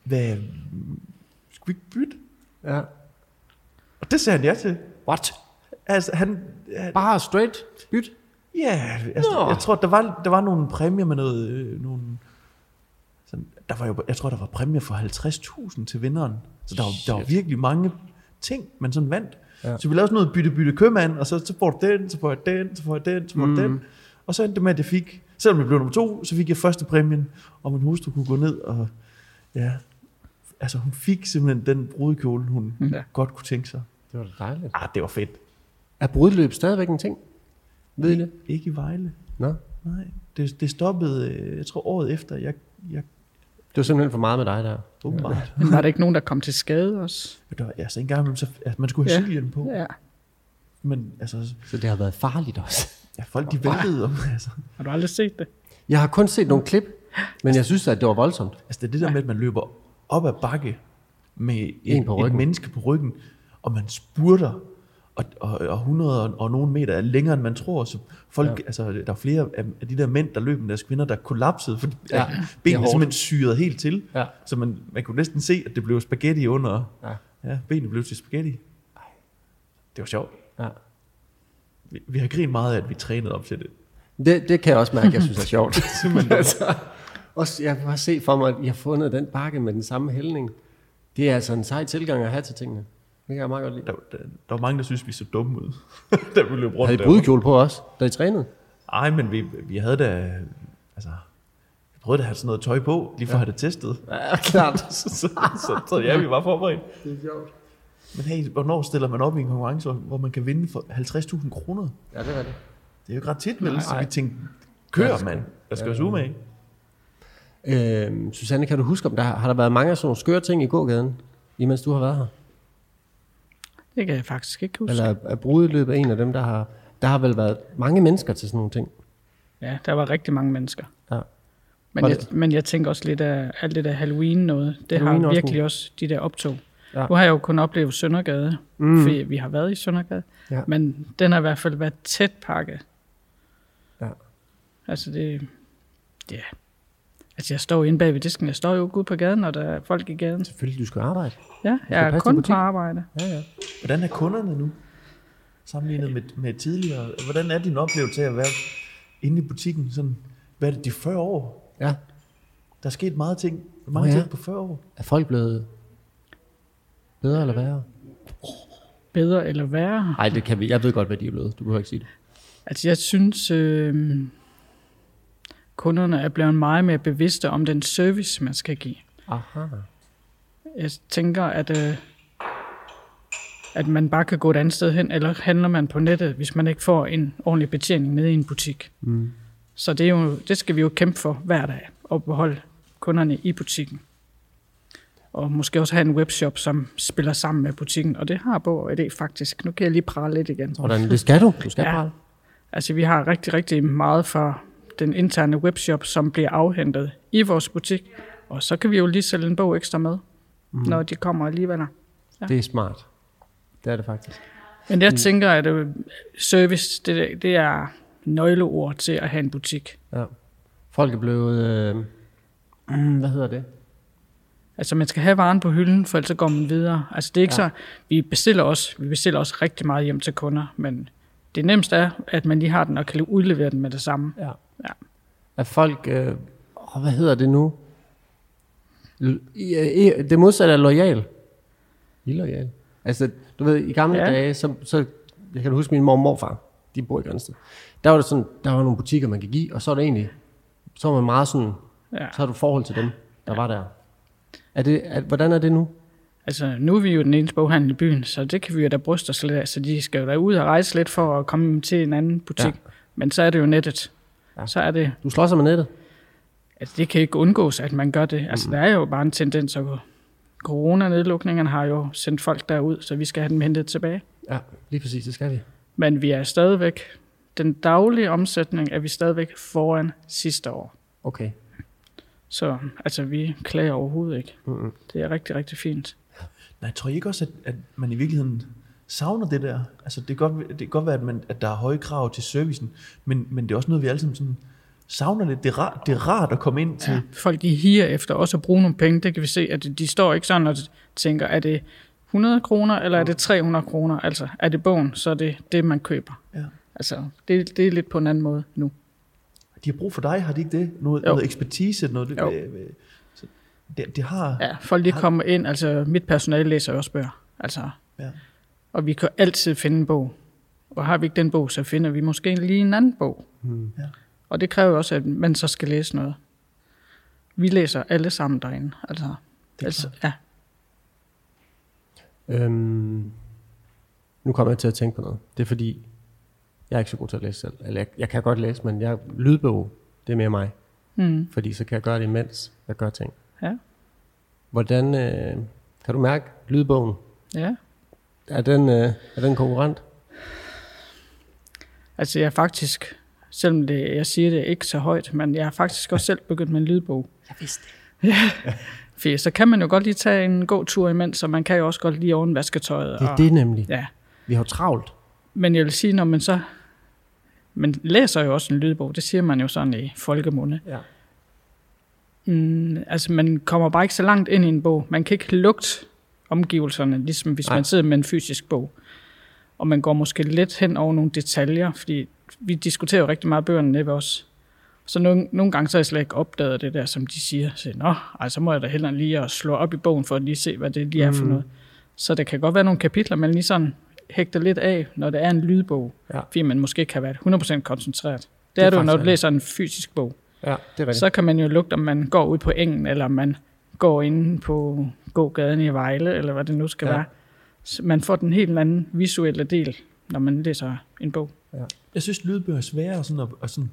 hvad, skulle vi ikke bytte? Ja. Og det sagde han ja til. What? Altså, han, han Bare straight? Byt? Ja, altså, Nå. jeg tror, der var, der var nogle præmier med noget... Øh, nogle, sådan, der var jo, jeg tror, der var præmier for 50.000 til vinderen. Så der var, der var virkelig mange ting, man sådan vandt. Ja. Ja. Så vi lavede sådan noget bytte-bytte købmand, og så, så får du den, så får jeg den, så får jeg den, så får jeg mm. den. Og så endte det med, at jeg fik... Selvom jeg blev nummer to, så fik jeg første præmien, og min hustru kunne gå ned og... Ja, altså hun fik simpelthen den brudekjole, hun Ja. ja. godt kunne tænke sig. Det var da dejligt. Ah, det var fedt. Er brudløb stadigvæk en ting? Ved I det? Ikke i Vejle. Nå. Nej, det, det stoppede, øh, jeg tror året efter, jeg, jeg Det var simpelthen for meget med dig der. åbenbart, Men var der ikke nogen, der kom til skade også? ja. <laughs> der var, altså engang, imellem, så, altså, man skulle have Ja. ja. cykelhjelm på, ja. Ja. men altså, Så det har været farligt også. ja, folk de væltede om, <laughs> altså, Har du aldrig set det? Jeg har kun set nogle klip, men jeg synes, at det var voldsomt. altså det er det der med, at man løber op ad bakke med En en, på en et ryggen. menneske på ryggen, og man spurter, og, og, og 100 og, og nogle meter er længere, end man tror, så folk, ja. altså, der er flere af, af de der mænd, der løb med deres kvinder, der kollapsede, fordi Ja, ja. det er benene hårdt. simpelthen syrede helt til, Ja. så man, man kunne næsten se, at det blev spaghetti under, Ja. ja, benene blev til spaghetti. Det var sjovt. Ja. Vi, vi har grint meget af, at vi trænede op til det. Det, det kan jeg også mærke, jeg synes er <laughs> sjovt. <laughs> altså, også, jeg kan bare se for mig, at jeg har fundet den pakke med den samme hældning. Det er altså en sej tilgang at have til tingene. Det kan jeg meget godt lide. Der, der, der var mange, der synes, vi så dumme ud, <laughs> da vi løb rundt Havde I der. brudekjole på os, da I trænede? Ej, men vi, vi havde da... Altså, vi prøvede da at have sådan noget tøj på, lige for ja. at have det testet. Ja, klart. <laughs> Så, så, så, så ja, vi var forberedt. Det er sjovt. Men hey, hvornår stiller man op i en konkurrence, hvor man kan vinde for 50.000 kroner? Ja, det var det. Det er jo ikke ret tit, vel? Så Nej. vi tænkte, Ja, kør, det mand. Der skal også umage. Øhm, Susanne, kan du huske, om der har der været mange af sådan nogle skøre ting i gågaden, imens du har været her? Det kan jeg faktisk ikke huske. Eller er brudeløbet en af dem, der har... Der har vel været mange mennesker til sådan nogle ting. Ja, der var rigtig mange mennesker. Ja. Men, Var jeg, det- men jeg tænker også lidt af alt det der Halloween noget. Det Halloween har også virkelig også de der optog. Ja. Ja. Nu har jeg jo kun oplevet Søndergade, mm. fordi vi har været i Søndergade. Ja. Men den har i hvert fald været tæt pakket. Ja. Altså det... Ja. Altså jeg står jo inde bag ved disken. Jeg står jo ikke ude på gaden, når der er folk i gaden. Selvfølgelig, du skal arbejde. Ja, jeg er passe kun butik. på arbejde. Ja, ja. Hvordan er kunderne nu? Sammenlignet med, med tidligere. Hvordan er din oplevelse af at være inde i butikken? Sådan, hvad er det, de 40 år? ja. Der er sket meget ting. Mange Nå oh, ja. ja. ting på 40 år. Er folk blevet bedre eller værre? Bedre eller værre. Nej, det kan vi. Jeg ved godt, hvad de er blevet. Du behøver ikke sige det. Altså jeg synes, øh, kunderne er blevet meget mere bevidste om den service, man skal give. Aha. Jeg tænker, at, øh, at man bare kan gå et andet sted hen, eller handler man på nettet, hvis man ikke får en ordentlig betjening nede i en butik. Mm. Så det, er jo, det skal vi jo kæmpe for hver dag, at beholde kunderne i butikken. Og måske også have en webshop, som spiller sammen med butikken, og det har Borg det faktisk. Nu kan jeg lige prale lidt igen. Hvordan? Det skal du. Du skal ja. Ja. prale. Altså, vi har rigtig, rigtig meget fra den interne webshop, som bliver afhentet i vores butik. Og så kan vi jo lige sælge en bog ekstra med, mm. Mhm. når de kommer alligevel. Ja. Det er smart. Det er det faktisk. Men Mm. jeg tænker, at øh, service, det, det er nøgleord til at have en butik. Ja. Folk er blevet... Øh, mm, hvad hedder det? Altså, man skal have varen på hylden, for ellers så går man videre. Altså, det er ikke Ja. ja. så... Vi bestiller, også, vi bestiller også rigtig meget hjem til kunder, men det nemmeste er, at man lige har den og kan udlevere den med det samme. Ja. Ja. At folk... Øh, åh, hvad hedder det nu? L- i- øh, i- det modsatte er lojal. Illoyal. Altså, du ved, i gamle ja. Ja. dage, så, så... Jeg kan huske min mor og morfar. De bor i Grænsted. Der var det sådan, der var nogle butikker, man kan give, og så er det egentlig... Så var man meget sådan... Ja. Så har du forhold til dem, der var der. Er det, er, hvordan er det nu? Altså, nu er vi jo den eneste boghandel i byen, så det kan vi jo da bryste os lidt af. Så de skal jo da ud og rejse lidt for at komme til en anden butik. Ja. Ja. Men så er det jo nettet. Ja. Ja. Så er det... Du slår sig med nettet. Altså, det kan ikke undgås, at man gør det. Altså, der er jo bare en tendens at Corona-nedlukningerne har jo sendt folk derud, så vi skal have dem hentet tilbage. Ja, lige præcis, det skal vi. Men vi er stadigvæk... Den daglige omsætning er vi stadigvæk foran sidste år. Okay. Så altså, vi klager overhovedet ikke. Mm-hmm. Det er rigtig, rigtig fint. Nej, tror I ikke også, at, at man i virkeligheden savner det der? Altså, det kan godt, det kan godt være, at, man, at der er høje krav til servicen, men, men det er også noget, vi alle sammen sådan savner lidt. Det er, rart, det er rart at komme ind til. Ja. folk de higer efter også at bruge nogle penge. Det kan vi se, at de står ikke sådan og tænker, er det 100 kroner, eller er det 300 kroner? Altså, er det bogen, så er det det, man køber. Ja. Altså, det, det er lidt på en anden måde nu. De har brug for dig, har de ikke det? Noget, Jo. noget ekspertise, noget... Jo. Øh, øh, så det, det har... Ja, folk de kommer ind, altså mit personale læser jo også bøger. Altså, Ja. og vi kan altid finde en bog. Og har vi ikke den bog, så finder vi måske lige en anden bog. Hmm. Ja. Og det kræver jo også, at man så skal læse noget. Vi læser alle sammen derinde. Altså, er altså ja, Øhm, nu kommer jeg til at tænke på noget. Det er fordi, jeg er ikke så god til at læse selv. Eller jeg, jeg kan godt læse, men jeg lydbog, det er mere mig. mm. Fordi så kan jeg gøre det, mens jeg gør ting. Ja. Hvordan, øh, kan du mærke lydbogen? ja. Er den, øh, er den konkurrent? Altså jeg er faktisk, selvom det, jeg siger det ikke så højt, men jeg har faktisk også selv begyndt med en lydbog. Jeg vidste det. <laughs> For så kan man jo godt lige tage en god tur imens, og man kan jo også godt lige oven vasketøjet. Det er og, det nemlig. Ja. Vi har jo travlt. Men jeg vil sige, når man så... Man læser jo også en lydbog, det siger man jo sådan i folkemunde. Ja. Mm, altså man kommer bare ikke så langt ind i en bog. Man kan ikke lugte omgivelserne, ligesom hvis Nej. Nej. man sidder med en fysisk bog. Og man går måske lidt hen over nogle detaljer, fordi vi diskuterer jo rigtig meget bøgerne nede ved os. Så nogle, nogle gange så har jeg slet ikke opdaget det der, som de siger. Så, Nå, ej, så må jeg da hellere lige at slå op i bogen for at lige se, hvad det lige er for Mm. noget. Så der kan godt være nogle kapitler, man lige sådan hægter lidt af, når det er en lydbog. Ja. Fordi man måske ikke har været 100% koncentreret. Det, Det er det er du, faktisk når du rigtigt. læser en fysisk bog. Ja, det er rigtigt. Så kan man jo lugte, om man går ud på engen, eller om man går inde på gågaden i Vejle, eller hvad det nu skal Ja. ja. være. Så man får den helt anden visuelle del, når man læser en bog. Jeg synes, lydbøger er svære sådan at, at, sådan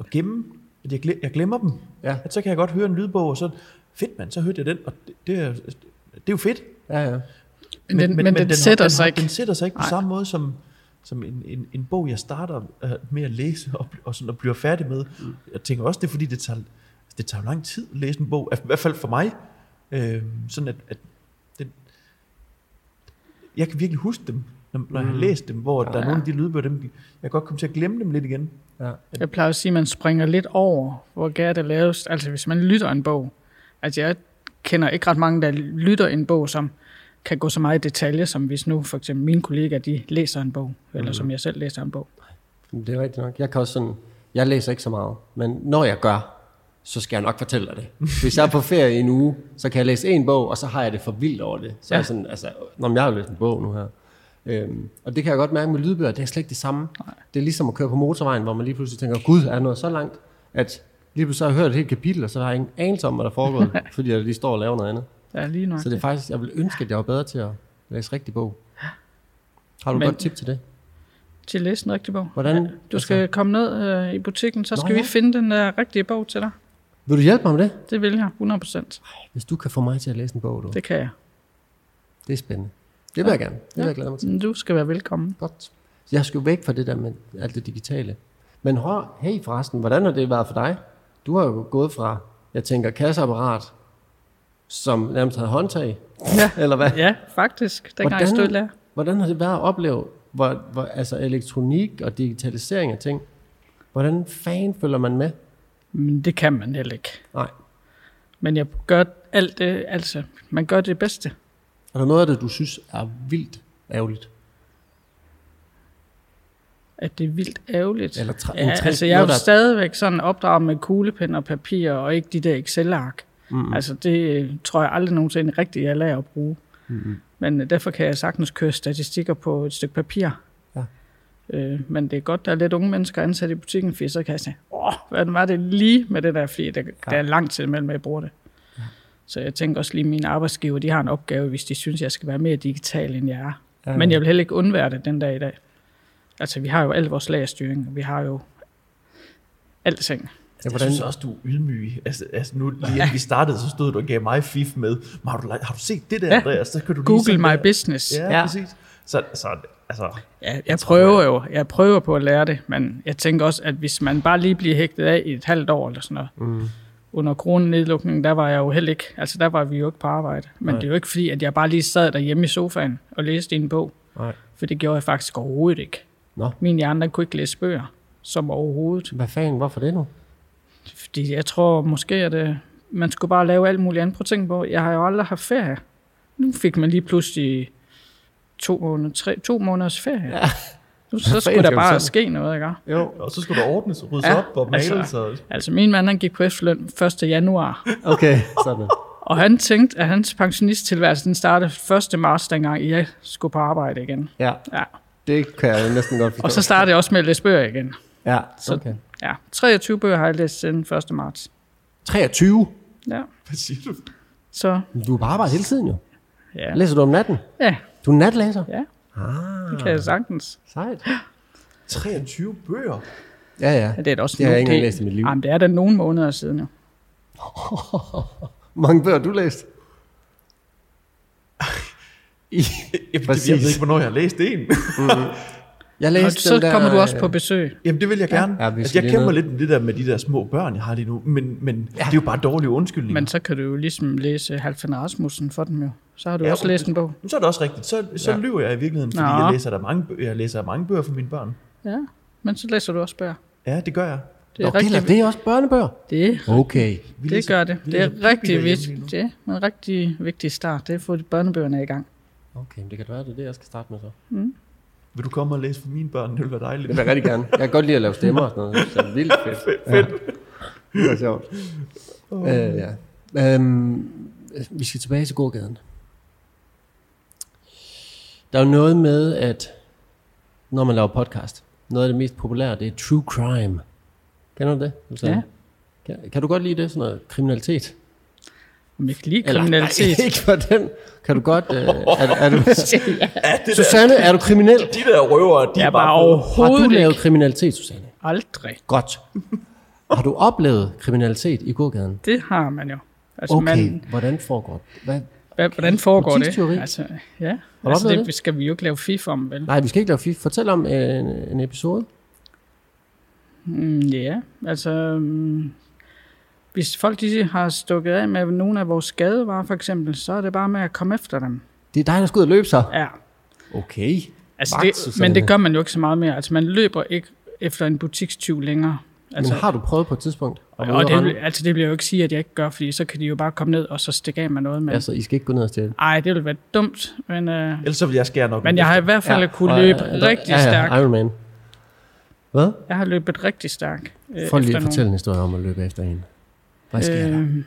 at gemme. At jeg, glem, jeg glemmer dem. Ja. At så kan jeg godt høre en lydbog, og så... Fedt, mand, så hørte jeg den, og det, det, er, det er jo fedt. Ja, ja. Men den- men den har- sætter sig har- ikke. Den sætter sig ikke på Nej. samme måde som, som en, en, en bog, jeg starter øh, med at læse og, bl- og sådan, og bliver færdig med. Mm. Jeg tænker også, det er fordi, det tager, det tager jo lang tid at læse en bog, i hvert fald for mig. Øh, sådan at, at den, jeg kan virkelig huske dem, når, når mm. jeg har læst dem, hvor ja, der er nogle af de lydbøger, dem, jeg kan godt komme til at glemme dem lidt igen. Ja. Jeg plejer at sige, at man springer lidt over, hvor gær det laves. Altså hvis man lytter en bog. Altså jeg kender ikke ret mange, der lytter en bog, som kan gå så meget i detalje, som hvis nu for eksempel mine kollegaer, de læser en bog, eller som jeg selv læser en bog. Jamen, Det er rigtigt nok. Jeg kan også sådan, jeg læser ikke så meget, men når jeg gør, så skal jeg nok fortælle dig det. Hvis jeg er på ferie i en uge, så kan jeg læse en bog, og så har jeg det for vildt over det. Så ja. Ja. jeg er sådan, altså, når jeg har jo læst en bog nu her. Øhm, og det kan jeg godt mærke med lydbøger, det er slet ikke det samme. Nej. Det er ligesom at køre på motorvejen, hvor man lige pludselig tænker, gud, er der noget så langt, at lige pludselig har jeg hørt et helt kapitel, og så har jeg ingen anelse om, hvad der foregår, <laughs> fordi jeg lige står og laver noget andet. Ja, lige nok. Så det er faktisk, jeg ville ønske, at jeg var bedre til at læse rigtig bog. Har du Men- et godt tip til det? Til at læse en rigtig bog. Hvordan- Du skal komme ned øh, i butikken, så Nå, skal Nå, vi ja. finde den der rigtige bog til dig. Vil du hjælpe mig med det? Det vil jeg 100%. Hvis du kan få mig til at læse en bog, du. Det, Det kan jeg. det er spændende. Det vil jeg gerne. Det vil jeg glæde mig til. Du skal være velkommen. Godt. Så jeg skal jo væk fra det der med alt det digitale. Men hør, hey forresten, hvordan har det været for dig? Du har jo gået fra, jeg tænker, kasseapparat, som nærmest havde håndtag, Ja, eller hvad? ja faktisk. Dengang jeg stod lærer. hvordan har det været at opleve hvor, hvor, altså elektronik og digitalisering af ting? Hvordan fan følger man med? Men det kan man heller ikke. Nej. Men jeg gør alt det, altså, man gør det bedste. Er der noget af det, du synes er vildt ærgerligt? Altså, At det er vildt ærgerligt. Eller tra- en ja, trist- altså, jeg er jo noget, der- stadigvæk sådan opdraget med kuglepen og papir, og ikke de der Excel-ark. Mm. Altså, det øh, tror jeg aldrig nogensinde rigtigt, jeg lærer at bruge. Mm. Men øh, derfor kan jeg sagtens køre statistikker på et stykke papir. Ja. Øh, men det er godt, der er lidt unge mennesker ansat i butikken, for så kan jeg sige, åh, hvad var det lige med det der, fordi der, ja. der er lang tid imellem, at jeg bruger det. Så jeg tænker også lige, at mine arbejdsgiver, de har en opgave, hvis de synes, jeg skal være mere digital, end jeg er. Ja. Ja. Men jeg vil heller ikke undvære det den dag i dag. Altså, vi har jo al vores lagerstyring, og vi har jo alting. Ja, Jeg hvordan, synes også, du er ydmyg. Altså, altså nu, lige inden vi startede, så stod du og gav mig fif med, "Men har du, la- har du set det der, Ja. Andreas? Så kan du lige se Google my der." business. Ja, ja, præcis. Så, så altså, Ja, jeg prøver jo, jeg prøver på at lære det, men jeg tænker også, at hvis man bare lige bliver hægtet af i et halvt år eller sådan noget, mm. under coronanedlukningen, der var jeg jo heller ikke, altså der var vi jo ikke på arbejde. Men Nej. det er jo ikke fordi, at jeg bare lige sad derhjemme i sofaen og læste en bog, nej. for det gjorde jeg faktisk overhovedet ikke. Nå, Min hjerne den kunne ikke læse bøger, som overhovedet. hvad fanden, hvorfor det nu? Fordi jeg tror måske, at øh, man skulle bare lave alt muligt andet. Prøv at tænke på, jeg har jo aldrig haft ferie. Nu fik man lige pludselig to, måneder, tre, to måneders ferie. Ja. Nu, så skulle skal der man bare så? ske noget, ikke? Jo, og så skulle der ordnes, ryddes Ja, op og males. altså. Altså, og, Altså, min mand, han gik på efterløn 1. januar, okay, sådan. og han tænkte, at hans pensionisttilværelse, den startede 1. marts, dengang jeg skulle på arbejde igen. Ja, Ja. det kan jeg jo næsten godt forstå. Og så startede jeg også med at læse bøger igen. ja, så- okay. Ja, 23 bøger har jeg læst siden 1. marts. 23? Ja, hvad siger du? så Du er på arbejde hele tiden jo. ja. Læser du om natten? Ja, Du er natlæser? ja, Ah, det kan jeg sagtens. sejt. 23 bøger? Ja, ja. Ja, det er da også Det har jeg ikke nogle- engang læst i mit liv. Jamen, det er da nogle måneder siden jo. Hvor mange bøger har du læst? Jamen, det, jeg ved Præcis. ikke, hvornår jeg har læst en. Jeg Og læste så den der, kommer du også øh, på besøg. Jamen, det vil jeg gerne. Ja, Ja, vi altså, skal jeg lige kæmper ned. lidt med det der med de der små børn, jeg har lige nu, men, men ja. det er jo bare dårlige undskyldninger. Men så kan du jo ligesom læse Halfdan Rasmussen for dem jo. Så har du Ja, ja, også okay. læst en bog. Men så er det også rigtigt. Så, så ja. lyver jeg i virkeligheden, fordi Nå. jeg læser, der mange, bøger, jeg læser mange bøger for mine børn. Ja, men så læser du også bøger. Ja, det gør jeg. Det er Nå, gælder rigtig, det også børnebøger? det Okay. Vi det gør det. vi Det er læser Bibi rigtig derhjemme lige nu. vigtigt. Det er en rigtig vigtig start. Det er at få de børnebøgerne i gang. Okay, men det kan være, det er det, jeg skal starte med så. Vil du komme og læse for mine børn? Det ville være dejligt. Det vil jeg rigtig gerne. Jeg kan godt lide at lave stemmer og sådan noget. Så det er vildt fedt. fedt. Ja. Det er sjovt. Øh, ja. øhm, vi skal tilbage til gågaden. Der er jo noget med, at når man laver podcast, noget af det mest populære, det er true crime. Kender du det? Altså, Ja. Kan, kan du godt lide det, sådan noget kriminalitet? Om jeg kan lide Eller, kriminalitet. <laughs> Nej, <laughs> ikke for den. Kan du godt... Øh, er, er du, Ja, det der, Susanne, er du kriminel? de der røvere, de Jeg er er bare bare... fede. Har du overhovedet lavet ikke. kriminalitet, Susanne? Aldrig. Godt. Har du oplevet kriminalitet i gågaden? Det har man jo. Altså, Okay, man, hvordan foregår det? Hvad, Hvad, hvordan foregår det? Butikstyveri. Altså, ja. du altså, oplevet det, skal vi jo ikke lave fif om, vel? Nej, vi skal ikke lave fif. Fortæl om øh, en, en episode. Mm, ja, altså... mm, Hvis folk de har stukket af med nogle af vores skadevarer, for eksempel, så er det bare med at komme efter dem. Det er dig, der skal ud og løbe sig. Ja, Okay. altså Vagt, det, Susanne. men det gør man jo ikke så meget mere. Altså, man løber ikke efter en butikstyv længere. Altså, Altså, Men har du prøvet på et tidspunkt? at være ude og at det, rende? vil- altså, det bliver jeg jo ikke sige, at jeg ikke gør, fordi så kan de jo bare komme ned og så stikke af med noget. Men, Altså, I skal ikke gå ned og stjæle. Ej, det ville være dumt, men, øh, Ellers så vil jeg skære nok. men jeg har i hvert fald ja, kunne og, løbe øh, ja, rigtig ja, ja, stærkt. Iron Man. Hvad? Jeg har løbet rigtig stærkt. Øh, Prøv lige efter at fortælle en historie om at løbe efter en. Hvad sker der? nogen. Øh,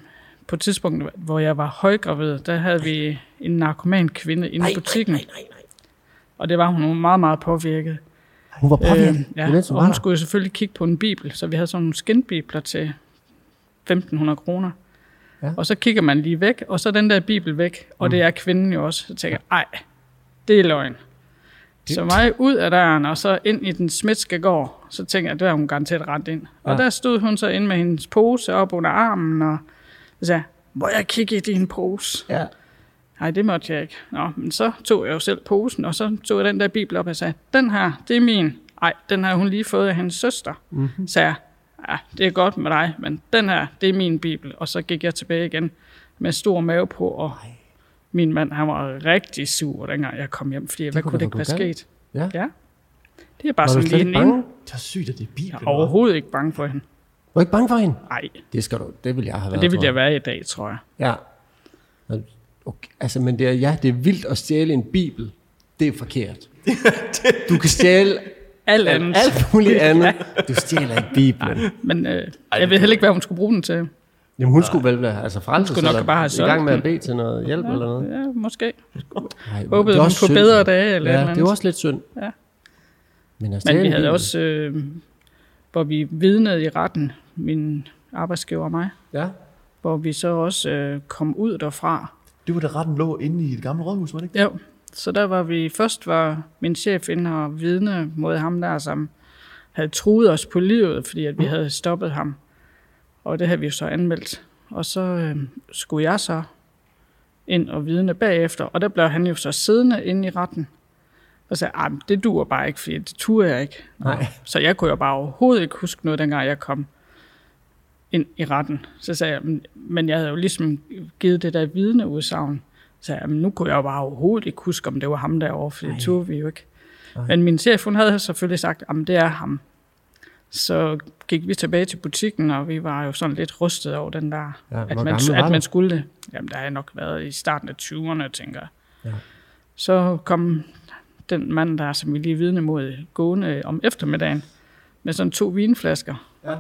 på et tidspunkt, hvor jeg var højgravid, der havde vi en narkoman kvinde inde i butikken. Nej, nej, nej, Og det var hun meget, meget påvirket. Hun var påvirket. Øh, ja, ja, imens hun og var hun der. skulle jo selvfølgelig kigge på en bibel, så vi havde sådan nogle skinbibler til 1.500 kroner. Ja. Ja. Og så kigger man lige væk, og så er den der bibel væk, og mm. det er kvinden jo også. Så tænker jeg, ej, det er løgn. Så mig ud af døren, og så ind i den smitske gård, så tænker jeg, der er hun garanteret rent ind. Og Ja. der stod hun så ind med hendes pose op under armen, og så sagde, jeg, må jeg kigge i din pose? Ja. Nej, det måtte jeg ikke. Nå, men så tog jeg jo selv posen, og så tog jeg den der bibel op og sagde, den her, det er min. Ej, den har hun lige fået af hendes søster. Mhm. Mm-hmm. Sagde jeg, ja, det er godt med dig, men den her, det er min bibel. Og så gik jeg tilbage igen med stor mave på, og min mand, han var rigtig sur, dengang jeg kom hjem, fordi hvad kunne kunne det da ikke gå være galt. sket? Ja. ja. Det er bare Var du sådan slet lige en ikke bange? ene. Det er sygt, at det er Jeg Bibelen. er overhovedet ikke bange for hende. Var du ikke bange for hende? Nej, Det skal du. Det vil jeg have været. det ville tror jeg være i dag, tror jeg. Ja. Nå, Okay. Altså, men det er, ja, det er vildt at stjæle en bibel. Det er forkert. Du kan stjæle Alt andet. alt muligt andet. Du stjæler en bibel. Men øh, jeg ved heller ikke, hvad hun skulle bruge den til. Jamen, hun skulle vel være altså frelses, skulle nok eller bare have i solgt gang med den. at bede til noget hjælp eller noget. Ja, måske. Nej, det Håbede, er hun også på synd. bedre dage eller et Ja, eller det var andet. også lidt synd. Ja. Men, at stjæle Men vi en havde bibel- også, øh, hvor vi vidnede i retten, min arbejdsgiver og mig, Ja. hvor vi så også øh, kom ud derfra. Det var da retten lå inde i det gamle rådhus, var det ikke? Jo, så der var vi, først var min chef inde og vidne mod ham der, som havde truet os på livet, fordi at vi havde stoppet ham. Og det havde vi jo så anmeldt. Og så øh, skulle jeg så ind og vidne bagefter, og der blev han jo så siddende inde i retten. Og sagde, at det duer bare ikke, for det turde jeg ikke. Nej. Så jeg kunne jo bare overhovedet ikke huske noget, dengang jeg kom ind i retten. Så sagde jeg, "Men- men jeg havde jo ligesom givet det der vidneudsagn. Så sagde jeg, "Men nu kunne jeg jo bare overhovedet ikke huske, om det var ham derovre, for det turde vi jo ikke. Men min chef, hun havde selvfølgelig sagt, at det er ham. Så gik vi tilbage til butikken, og vi var jo sådan lidt rystet over den der, Ja, hvor at, man, gammel var at du? man skulle det. Jamen, der har jeg nok været i starten af 20'erne, tænker jeg. Ja. Så kom den mand, der er, som vi lige er vidne mod, gående om eftermiddagen med sådan to vinflasker. Ja.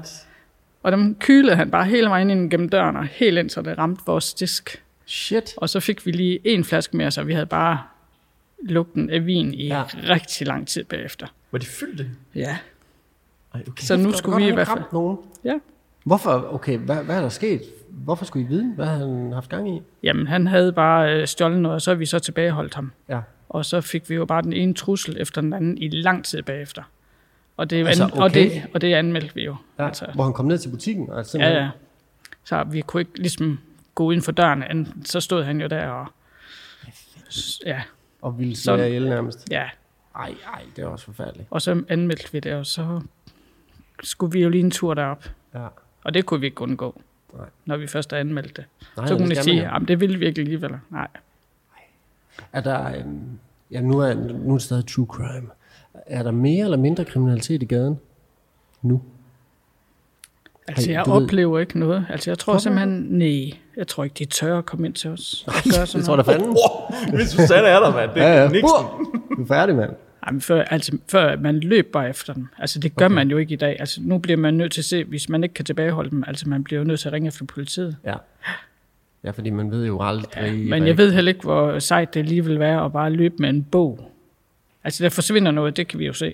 Og dem kylede han bare hele vejen ind gennem døren, og helt ind, så det ramte vores disk. Shit. Og så fik vi lige en flaske mere, så vi havde bare lugten af vin i Ja. ja. rigtig lang tid bagefter. Var de fyldte? Ja, Ej, okay. så nu skulle vi i hvert fald... Nogen. Ja. Hvorfor, okay, hvad, hvad er der sket? Hvorfor skulle I vide, hvad han har haft gang i? Jamen, han havde bare øh, stjålet noget, og så har vi så tilbageholdt ham. Ja. Og så fik vi jo bare den ene trussel efter den anden i lang tid bagefter. Og det, Altså, altså, okay. og okay. det, og det anmeldte vi jo. ja. Altså, Hvor han kom ned til butikken? Altså, Og ja, ja. Så vi kunne ikke ligesom gå uden for døren, enten så stod han jo der og... Ja, Og ville slå Sådan. jer ihjel nærmest. ja. Ej, ej, det er også forfærdeligt. Og så anmeldte vi det, og så skulle vi jo lige en tur derop. Ja. Og det kunne vi ikke undgå, Nej. når vi først havde anmeldt det. Nej, så det kunne vi skal sige, man at det ville vi ikke alligevel. Nej. Er der, øhm, ja, nu er, nu er det stadig true crime. Er der mere eller mindre kriminalitet i gaden? Nu? Altså, Ej, jeg du ved- oplever ikke noget. Altså, jeg tror, simpelthen, nej, jeg tror ikke, de tør at komme ind til os. og gøre sådan Jeg tror noget. da fanden. Hvis Susanne er der, mand. Det er Ja, ja. Nixon. Uh, Du er færdig, mand. Jamen, før, altså, før man løber efter dem. Altså, det gør okay. man jo ikke i dag. Altså, nu bliver man nødt til at se, hvis man ikke kan tilbageholde dem. Altså, man bliver jo nødt til at ringe efter politiet. Ja. Ja, fordi man ved jo aldrig. Ja, hvad- men jeg ved heller ikke, hvor sejt det lige vil være at bare løbe med en bog. Altså, der forsvinder noget, det kan vi jo se.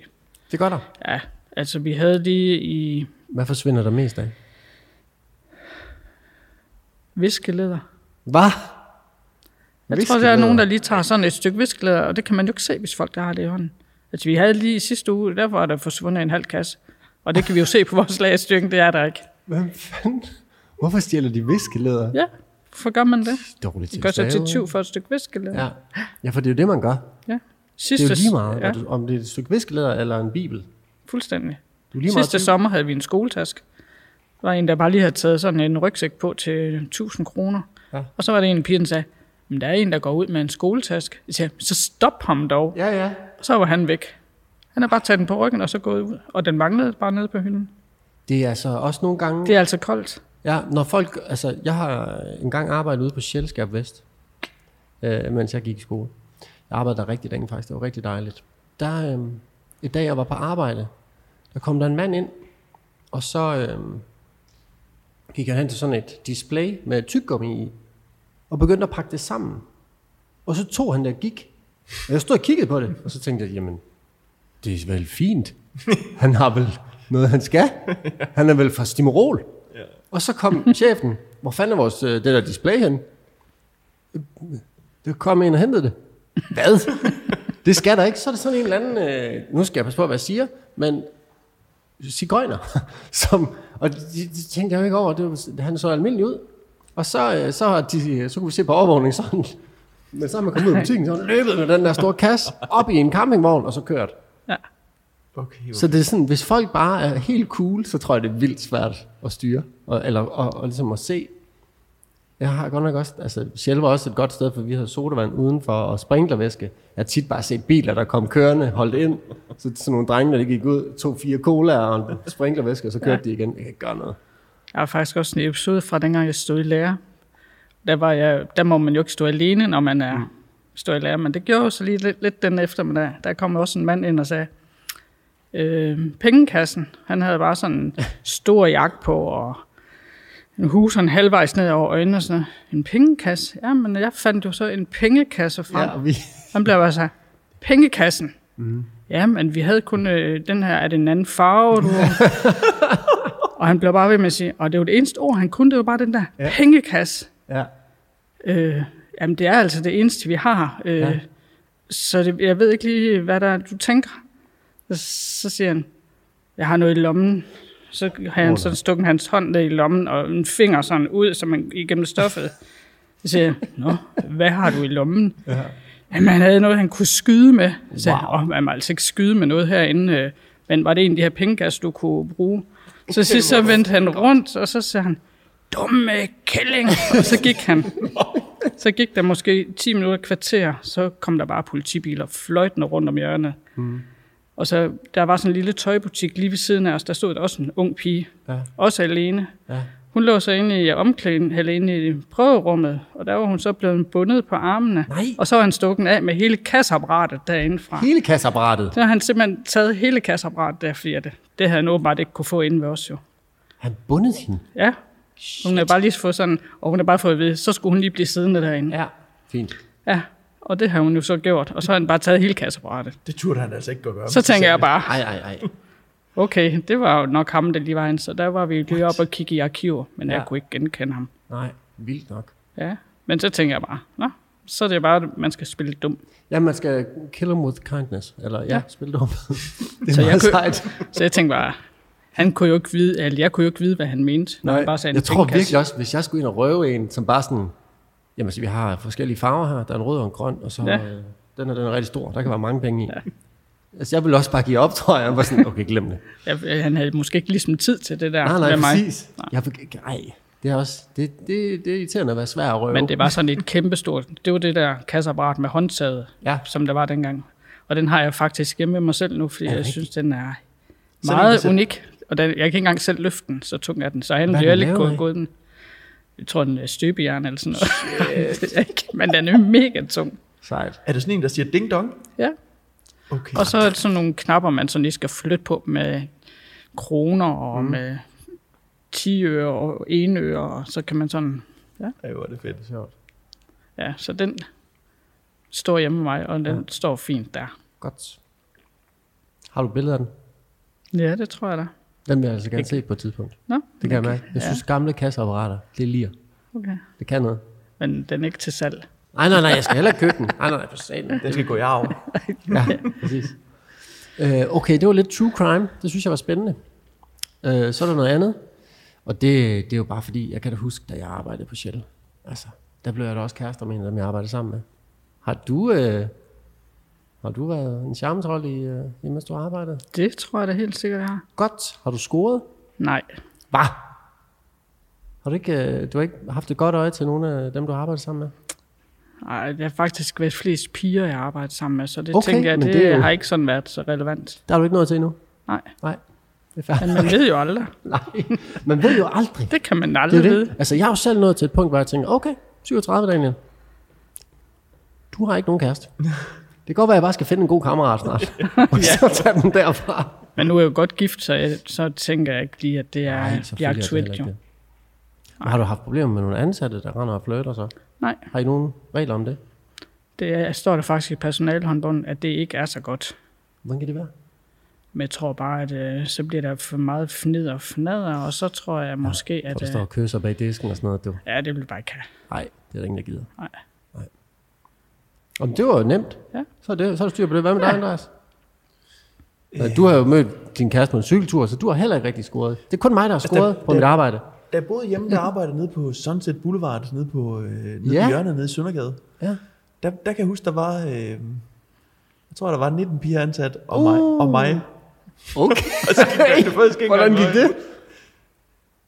Det gør der. Ja, altså, vi havde lige i Hvad forsvinder der mest af? viskeleder. Hvad? Jeg tror, der er nogen, der lige tager sådan et stykke viskeleder, og det kan man jo ikke se, hvis folk der har det i hånden. Altså, vi havde lige i sidste uge, der var der forsvundet en halv kasse. Og det kan vi <laughs> jo se på vores lagerstykke, det er der ikke. Hvad fanden? Hvorfor stjæler de viskelæder? Ja, Hvorfor gør man det? Dårligt Det gør sig til tyv for et stykke viskelæder. Ja. ja, for det er jo det, man gør. ja. Det Sidste, er jo lige meget, altså. Ja, ja. om det er et stykke viskelæder eller en bibel. Det fuldstændig. er jo lige Sidste meget. sommer havde vi en skoletask. Der var en, der bare lige havde taget sådan en rygsæk på til 1000 kroner. Ja. Ja. Og så var det en pige, der sagde, men der er en, der går ud med en skoletask. Jeg siger, så stop ham dog. Ja, ja. Og så var han væk. Han har bare taget den på ryggen og så gået ud. Og den manglede bare nede på hylden. Det er altså også nogle gange... Det er altså koldt. Ja, når folk, altså jeg har engang arbejdet ude på Sjælskab Vest, øh, mens jeg gik i skole. Jeg arbejdede der rigtig længe faktisk, det var rigtig dejligt. Der, øh, et dag jeg var på arbejde, der kom der en mand ind, og så øh, gik han hen til sådan et display med tyggegummi i, og begyndte at pakke det sammen. Og så tog han det og gik. Og jeg stod og kiggede på det, og så tænkte jeg, jamen, det er vel fint. Han har vel noget, han skal. Han er vel fra Stimorol. Og så <laughs> kom chefen. Hvor fanden er vores, øh, det der display hen? Øh, Der kom en og hentede det. Hvad? Det skal der ikke. Så er det sådan en eller anden, øh, nu skal jeg passe på, hvad jeg siger, men cigøjner. <laughs> Som, og det, det tænkte jeg jo ikke over. Det var, han så almindelig ud. Og så, øh, så, har de, så kunne vi se på overvågning sådan. Men så er man kommet <laughs> ud af butikken, så har han løbet med den der store kasse op i en campingvogn, og så kørt. Okay, okay. Så det er sådan, hvis folk bare er helt cool, så tror jeg, det er vildt svært at styre, og, eller og, og ligesom at se. Jeg har godt nok også, altså Shell var også et godt sted, for vi havde sodavand udenfor og sprinklervæske. Jeg har tit bare set biler, der kom kørende, holdt ind, så sådan nogle drenge, der gik ud, tog fire cola og en sprinklervæske, og så kørte ja. de igen. Jeg kan ikke gøre noget. Jeg har faktisk også en episode fra dengang, jeg stod i lære. Der, var jeg, der må man jo ikke stå alene, når man er mm. står i lære, men det gjorde jeg så lige lidt, lidt den eftermiddag. Der kom også en mand ind og sagde, øh, pengekassen, han havde bare sådan en stor jakke på, og en hus sådan halvvejs ned over øjnene og sådan noget. En pengekasse? Ja, men jeg fandt jo så en pengekasse frem. Ja, og vi, Han blev bare så, pengekassen. Mm. Ja, men vi havde kun øh, den her, er det en anden farve? Du? og han blev bare ved med at sige, og det var det eneste ord, han kunne, det var bare den der ja. pengekasse. ja. Øh, jamen, det er altså det eneste, vi har. Øh, Ja. ja. Så det, jeg ved ikke lige, hvad der er, du tænker. Så, så siger han, jeg har noget i lommen. Så har han sådan stukket hans hånd ned i lommen, og en finger sådan ud, så man igennem stoffet. Så siger jeg, nå, hvad har du i lommen? Ja. Jamen, han havde noget, han kunne skyde med. Så wow. jeg, åh, man må altså ikke skyde med noget herinde. øh, Men var det en af de her pengegas, du kunne bruge? Så sidst så vendte han rundt, og så sagde han, dumme kælling. Og så gik han. Så gik der måske 10 minutter et kvarter, så kom der bare politibiler fløjtende rundt om hjørnet. Mm. Og så der var sådan en lille tøjbutik lige ved siden af os, der stod der også en ung pige, Ja. også alene. Ja. Hun lå så inde i omklæden, eller inde i prøverummet, og der var hun så blevet bundet på armene. Nej. Og så var han stukket af med hele kasseapparatet derindefra. Hele kasseapparatet. Så har han simpelthen taget hele kasseapparatet der, fordi det, det havde han åbenbart ikke kunne få inde ved os jo. Han bundet hende. Ja, hun har bare lige fået sådan, og hun har bare fået at vide, så skulle hun lige blive siddende derinde. Ja. Fint. Ja, og det har hun jo så gjort, og så har han bare taget hele kasseapparatet. det turde han altså ikke gøre. Så tænker jeg bare, Ej, ej, ej. okay, det var jo nok ham, der lige var inde, så der var vi lige oppe og kigge i arkiver, men ja. Ja. jeg kunne ikke genkende ham. Nej, vildt nok. Ja, men så tænker jeg bare, nå, så er det bare, at man skal spille dum. Ja, man skal kill him with kindness. Eller ja, ja. Ja. spil det om. det er Så jeg meget kø- sejt. Så jeg tænker bare, han kunne jo ikke vide, eller jeg kunne jo ikke vide, hvad han mente, når han bare sagde en jeg tror pengekasse. virkelig også, hvis jeg skulle ind og røve en, som bare sådan, jamen altså, vi har forskellige farver her, der er en rød og en grøn, og så Ja. ja. øh, den her, den er rigtig stor, der kan være mange penge i. Ja. Altså, jeg ville også bare give op, <laughs> tror jeg, og var sådan, okay, glem det. Ja, han havde måske ikke ligesom tid til det der nej, nej, med mig. præcis. Jeg vil, ikke- ej, det er også, det, det, det er irriterende at være svær at røve. Men det var sådan et kæmpestort, det var det der kasseapparat med håndtaget, Ja. som der var dengang. Og den har jeg faktisk hjemme med mig selv nu, fordi det jeg rigtigt? synes, den er Selvom meget du selv- unik. Og den, jeg kan ikke engang selv løfte den, så tung er den. Så han Hvad er har den heller ikke lavet af? gået gået den. Jeg tror, den er støbejern eller sådan noget. <laughs> Nej, det er ikke, men den er mega tung. Sejt. Er det sådan en, der siger ding dong? Ja. Okay. Og så er det sådan nogle knapper, man sådan lige skal flytte på med kroner og mm. med 10 øre og 1 øre, og så kan man sådan... Ej, hvor er det fedt. Sjovt. Ja, så den står hjemme med mig, og den ja. står fint der. Godt. Har du billeder af den? Ja, det tror jeg da. Den vil jeg altså gerne se på et tidspunkt. Nå, Det kan jeg mærke. Jeg synes, gamle kasseapparater, det liger. okay. Det kan noget. Men den er ikke til salg. Nej, nej, nej, jeg skal heller ikke købe den. Nej, nej, nej, for satan. Den skal gå i arv. Ja, præcis. Øh, okay, det var lidt true crime. Det synes jeg var spændende. Øh, så er der noget andet. Og det, det er jo bare fordi, jeg kan da huske, da jeg arbejdede på Shell. Altså, der blev jeg da også kærester med en, som jeg arbejdede sammen med. Har du, øh, har du været en charmetrol, i, øh, imens du arbejdede? Det tror jeg da helt sikkert, jeg har. Godt. Har du scoret? Nej. Hvad? Har du ikke, øh, du har ikke haft et godt øje til nogen af dem, du har arbejdet sammen med? Ej, det har faktisk været flest piger, jeg har arbejdet sammen med, så det Okay, okay, tænker jeg, men det, det er jo- har ikke sådan været så relevant. Der er du ikke nået til endnu. Nej, Nej, det er færdigt. men man ved jo aldrig. <laughs> Nej, man ved jo aldrig. Det kan man Det aldrig er jo vide. det. Altså, jeg er jo selv nået til et punkt, hvor jeg tænker, okay, 37, Daniel. Du har ikke nogen <laughs> kæreste. Det kan godt være, at jeg bare skal finde en god kammerat snart. <laughs> Og så tage den derfra. Men nu er jeg jo godt gift, så, jeg, så tænker jeg ikke lige, at det er, Nej, det er selvfølgelig aktuelt heller jo. ikke det. Men Har du haft problemer med nogle ansatte, der render og flirter så? Nej, Har I nogen regler om det? det er, står der faktisk i personalhåndbogen, at det ikke er så godt. Hvordan kan det være? Men jeg tror bare, at øh, så bliver der for meget fnid og fnader, og så tror jeg måske, Hvor der at... står Øh, og kysser bag disken og sådan noget. Du. ja, det vil jeg bare ikke have. Nej, det er der ingen, der gider. Nej. Nej. Om det var jo nemt. Ja. Så er, det, så er det styr på det. Hvad med dig, Andreas? Øh. Du har jo mødt din kæreste på en cykeltur, så du har heller ikke rigtig scoret. Altså, Det er kun mig, der har scoret der- på der- mit arbejde. Da jeg boede hjemme, der arbejdede nede på Sunset Boulevard, nede på øh, nede Ja. ja. hjørnet nede i Søndergade. Ja. Der, der kan jeg huske, der var, øh, jeg tror, der var 19 piger ansat, og, uh. mig, og mig. Okay. Og så gik der, det faktisk ikke <laughs> Hvordan engang gik det?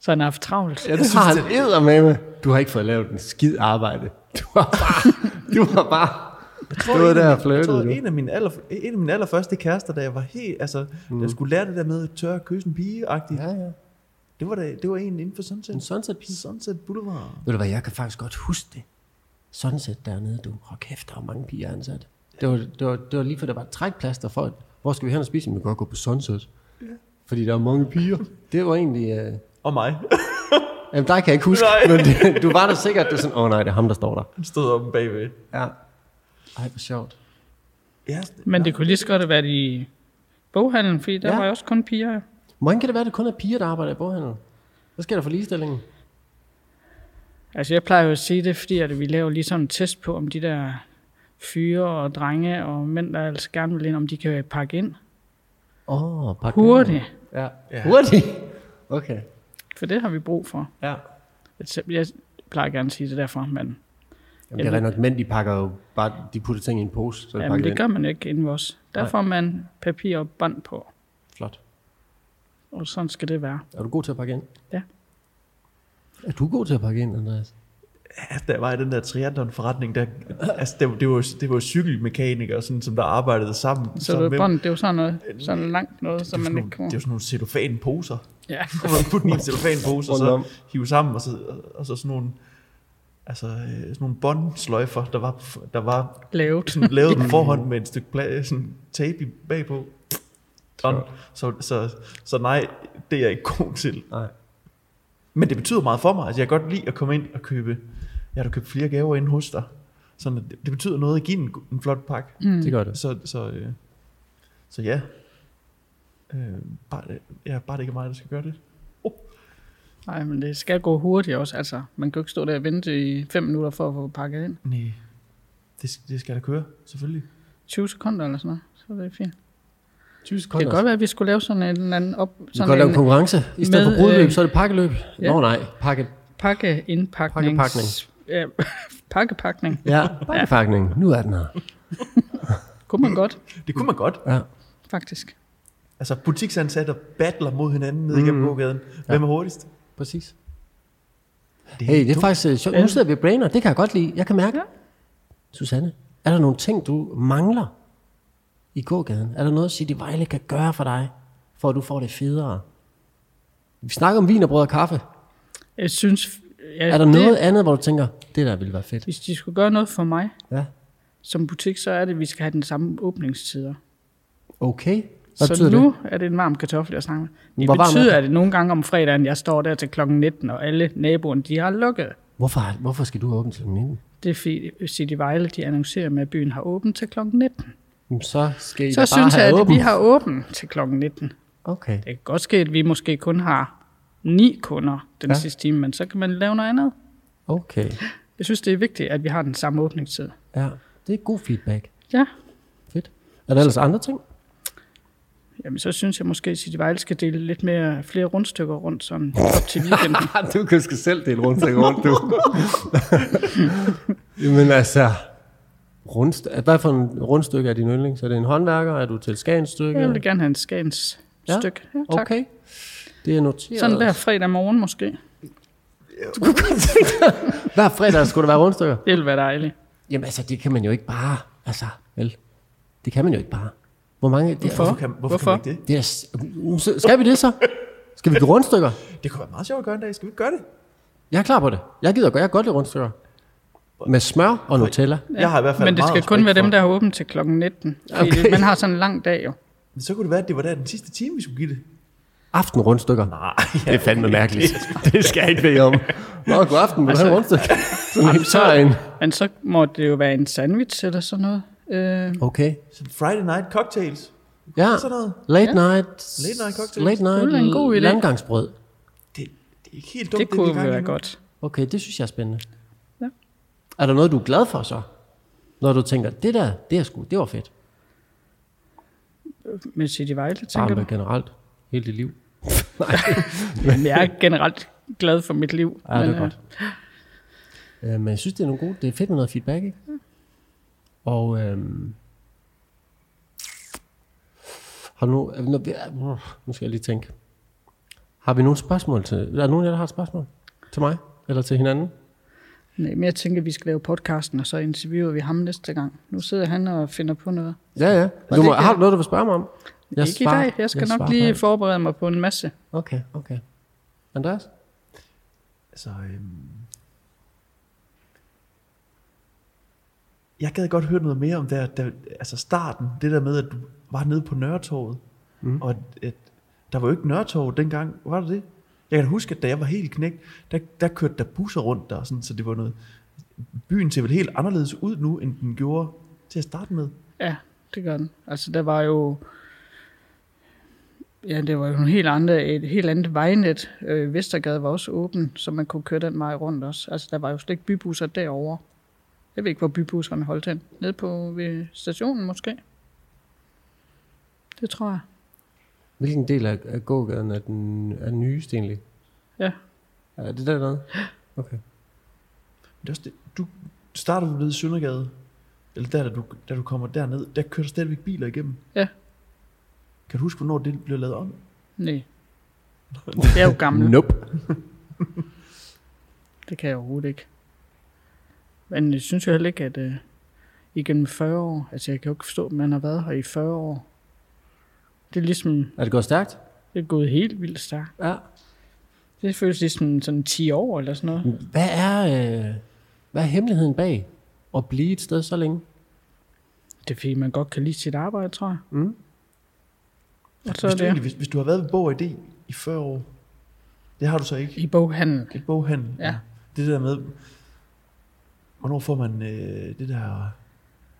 Så han har haft travlt. Ja, det har han eddermame. Du har ikke fået lavet en skid arbejde. Du har bare... <laughs> du har bare... tror, Stod en af der og mine- flirtede, Jeg tror, du. en af, mine aller, en af mine allerførste kærester, da jeg var helt, altså, mm. jeg skulle lære det der med at tørre at kysse en pige -agtigt. Ja. ja. Det var, da, det var en inden for Sunset. En sunset pige. Sunset Boulevard. Ved du hvad, jeg kan faktisk godt huske det. Sunset dernede, du. Hold kæft, der var mange piger ansat. Det var, det var, det var lige for, der var et trækplaster for, at, hvor skal vi hen og spise? Men vi kan godt gå på Sunset. Fordi der var mange piger. Det var egentlig... Øh... Og mig. <laughs> Jamen, der kan jeg ikke huske, Nej. men det, du var der sikkert. Det er sådan, åh oh, nej, det er ham, der står der. Han stod oppe bagved. Ja. Ej, hvor sjovt. Ja, Men det kunne lige så godt have været i boghandlen, fordi der Ja. ja. var jo også kun piger. jo. Hvordan kan det være, at det kun er piger, der arbejder i boghandel? Hvad sker der for ligestillingen? Altså, jeg plejer jo at sige det, fordi at vi laver lige sådan en test på, om de der fyre og drenge og mænd, der altså gerne vil ind, om de kan pakke ind Åh, oh, hurtigt. Ja. ja. Ja. Hurtigt? Okay. For det har vi brug for. Ja. Altså, Jeg plejer gerne at sige det derfor, men Jamen, det er rent nok, mænd, de pakker jo bare, de putter ting i en pose, så de jamen, pakker det det gør man jo ikke inden vores. Der Nej. får man papir og bånd på, ind. Flot. og sådan skal det være. Er du god til at pakke ind? Ja. Er du god til at pakke ind, Andreas? Ja, der var i den der triathlon-forretning, der, altså, det, var- det, var, det var cykelmekanikere, sådan, som der arbejdede sammen. Så det, hvem- bånd, det er jo sådan noget, sådan langt noget, som det, er man sådan ikke nogle, det er jo kommer. sådan nogle cellofanposer. <laughs> <laughs> Ja. Hvor man putte i en cellofanpose, og Rundt om. så hive sammen, og så, og så sådan nogle, altså, øh, sådan nogle båndsløjfer, der var, der var Lavet. sådan lavet på forhånd med et stykke pla- sådan tape i- bagpå. Sådan. Så, så, så nej, det er jeg ikke god til. Nej. Men det betyder meget for mig. Altså, jeg kan godt lide at komme ind og købe... Jeg har da købt flere gaver ind hos dig. Så det, det betyder noget at give en, en flot pakke. Mm. Det gør det. Så, så, øh, så ja. Øh, bare, det- ja. Bare det ikke er mig, der skal gøre det. Nej, men det skal gå hurtigt også. Altså, man kan jo ikke stå der og vente i fem minutter for at få pakket ind. Nej. Det, sk- det skal der køre, selvfølgelig. 20 sekunder eller sådan noget, så er det fint. Det Tusind kan godt være, at vi skulle lave sådan en eller anden op, Du kan godt sådan lave en en konkurrence. I stedet med, for brudløb, øh, så er det pakkeløb. ja. Nå nej, pakke. pakkeindpakning. Pakkepakning. Ja, <laughs> pakkepakning. Ja, pakkepakning. Nu er den her. Kunne man godt, Det kunne man godt. Ja. faktisk. Altså butiksansatte battler mod hinanden ned igennem gågaden. Hvem er hurtigst? Præcis. Det Hey, det er faktisk øh, sjovt. Nu Ja. sidder vi og brainer. Det kan jeg godt lide. Jeg kan mærke. Ja. Ja. Susanne, er der nogle ting, du mangler i gågaden? Er der noget, City Vejle kan gøre for dig, for at du får det federe? Vi snakker om vin og brød og kaffe. Jeg synes... Ja, Er der det- noget andet, hvor du tænker, det der ville være fedt? Hvis de skulle gøre noget for mig Ja. som butik, så er det, at vi skal have den samme åbningstider. Okay. Hvad så betyder nu det? er det en varm kartoffel, jeg snakker med. Det Hvor varm er betyder, den? at det nogle gange om fredagen, jeg står der til kl. 19, og alle naboerne, de har lukket. Hvorfor, hvorfor skal du åbne til 19? Det er fordi City Vejle, de annoncerer med, at byen har åbent til kl. 19. Jamen, Så skal I da Så bare synes jeg, have at åbent. vi har åbent til kl. 19. Okay. Det kan godt ske, at vi måske kun har ni kunder den Ja. ja. sidste time, men så kan man lave noget andet. Okay. Jeg synes, det er vigtigt, at vi har den samme åbningstid. Ja, det er god feedback. Ja, <laughs> Fedt. Er der ellers andre ting? Jamen, så synes jeg måske, at City Vejle skal dele lidt mere, flere rundstykker rundt sådan op til <laughs> weekenden. Ah, du kan sgu selv dele rundstykker rundt, du. <laughs> Jamen altså, rundst hvad for en rundstykke er din yndling? Så er det en håndværker? Er du til Skagens stykke? Jeg vil gerne have en Skagens Ja, stykke. Ja, tak. Okay. Det er noteret. Sådan der fredag morgen måske. Hver fredag skulle der være rundstykker. Det ville være dejligt. Jamen altså, det kan man jo ikke bare. Altså, vel. Det kan man jo ikke bare. Hvor mange... Det er, Hvorfor? Hvorfor kan, hvorfor hvorfor? kan man ikke Det er, s- uh, så- skal vi det så? Skal vi give rundstykker? det? Det kunne være meget sjovt at gøre en dag. Skal vi ikke gøre det? Jeg er klar på det. Jeg gider godt. Jeg kan godt lide rundstykker. Med smør og Nutella. Ja, jeg har i hvert fald Men det meget skal kun respekt være dem, for- der har åbent til klokken 19. Fordi Okay. man har sådan en lang dag jo. Men så kunne det være, at det var der den sidste time, vi skulle give det. Aftenrundstykker. Ah, Nej, Det er fandme mærkeligt. <laughs> det skal jeg ikke bede om. Nå, god aften. Vil du have en rundstykke? <laughs> Sådan en tør en. Men så må det jo være en sandwich eller sådan noget. Øh, Okay. Sådan Friday night cocktails. Ja. Sådan noget. Late night. Late night cocktails. Late night. Det ville være en god idé. Landgangsbrød. Det, det er ikke helt dumt, det vi er i kunne gang være med nu. godt. Okay, det synes jeg er spændende. Ja. Er der noget, du er glad for så? Når du tænker, det der, det, er sgu, det var fedt. Med City Vejle, tænker Bare med du? generelt. Hele <laughs> dit liv. Jamen, jeg er generelt glad for mit liv. Ja, det er men, øh, godt. Øh, men jeg synes, det er nogle gode. Det er fedt med noget feedback, ikke? Mm. Og øhm, har du nu, øh, når vi, øh, nu skal jeg lige tænke. Har vi nogle spørgsmål til... Er der nogen af jer, der har et spørgsmål? Til mig? Eller til hinanden? Nej, men jeg tænker, at vi skal lave podcasten, og så interviewer vi ham næste gang. Nu sidder han og finder på noget. Ja, ja. Du det må, kan- har du noget, du vil spørge mig om? Jeg ikke svarer, i dag. Jeg skal jeg nok svarer lige på dig. alt. forberede mig på en masse. Okay, okay. Andreas? Altså, øhm, jeg gad godt høre noget mere om der, der, altså starten, det der med, at du var nede på Nørretorvet, mm. og at, at der var jo ikke Nørretorvet dengang, var det det? Jeg kan da huske, at da jeg var helt knægt, der, der kørte der busser rundt der, sådan, så det var noget, byen ser vel helt anderledes ud nu, end den gjorde til at starte med. Ja, det gør den. Altså, der var jo... Ja, det var jo nogle helt andre, et helt andet vejnet. Øh, Vestergade var også åben, så man kunne køre den vej rundt også. Altså, der var jo slet ikke bybusser derovre. Jeg ved ikke, hvor bybusserne holdt hen. Nede på ved stationen måske. Det tror jeg. Hvilken del af, af gågaden er den, er den nyeste egentlig? Ja. Er det dernede? Okay. Men det er også det, du starter du nede i Søndergade, eller der, da du, da du kommer derned, der kører der stadigvæk biler igennem. Ja. Kan du huske, hvornår det blev lavet om? Nej. Jeg er jo <laughs> gammel. Nope. Det kan jeg overhovedet ikke. Men jeg synes jo heller ikke, at øh, igennem 40 år, altså jeg kan jo ikke forstå, at man har været her i 40 år. Det er ligesom, Er det gået stærkt? det er gået helt vildt stærkt. Ja. Det føles ligesom sådan 10 år eller sådan noget. Hvad er, øh, hvad er hemmeligheden bag at blive et sted så længe? Det er fordi, man godt kan lide sit arbejde, tror jeg. Mm. Og så Hvis er du, egentlig, det hvis, hvis du har været ved Bog og Idé i 40 år, det har du så ikke. i boghandel. Et boghandel. Ja. Det der med, hvornår får man øh, det der,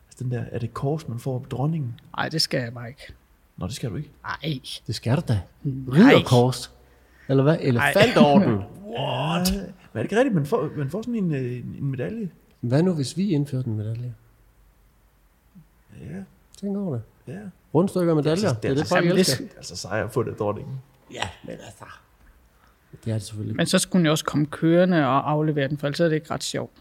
altså den der, er det kors, man får på dronningen? Nej, det skal jeg bare ikke. Nå, det skal du ikke. Nej. Det skal du da. Nej. Ridderkors. Eller hvad? Elefantorden. <laughs> What? Ja, men er det ikke rigtigt, man får, man får sådan en, øh, en, en medalje? Hvad nu, hvis vi indfører den medalje? Ja, Tænk over det. ja. Rundstykker og medaljer. Altså, Det er det, folk altså, elsker. det er altså sejr at få det, dronningen. Ja, men altså. Det er det selvfølgelig. Men så skulle den jo også komme kørende og aflevere den, for ellers er det ikke ret sjovt.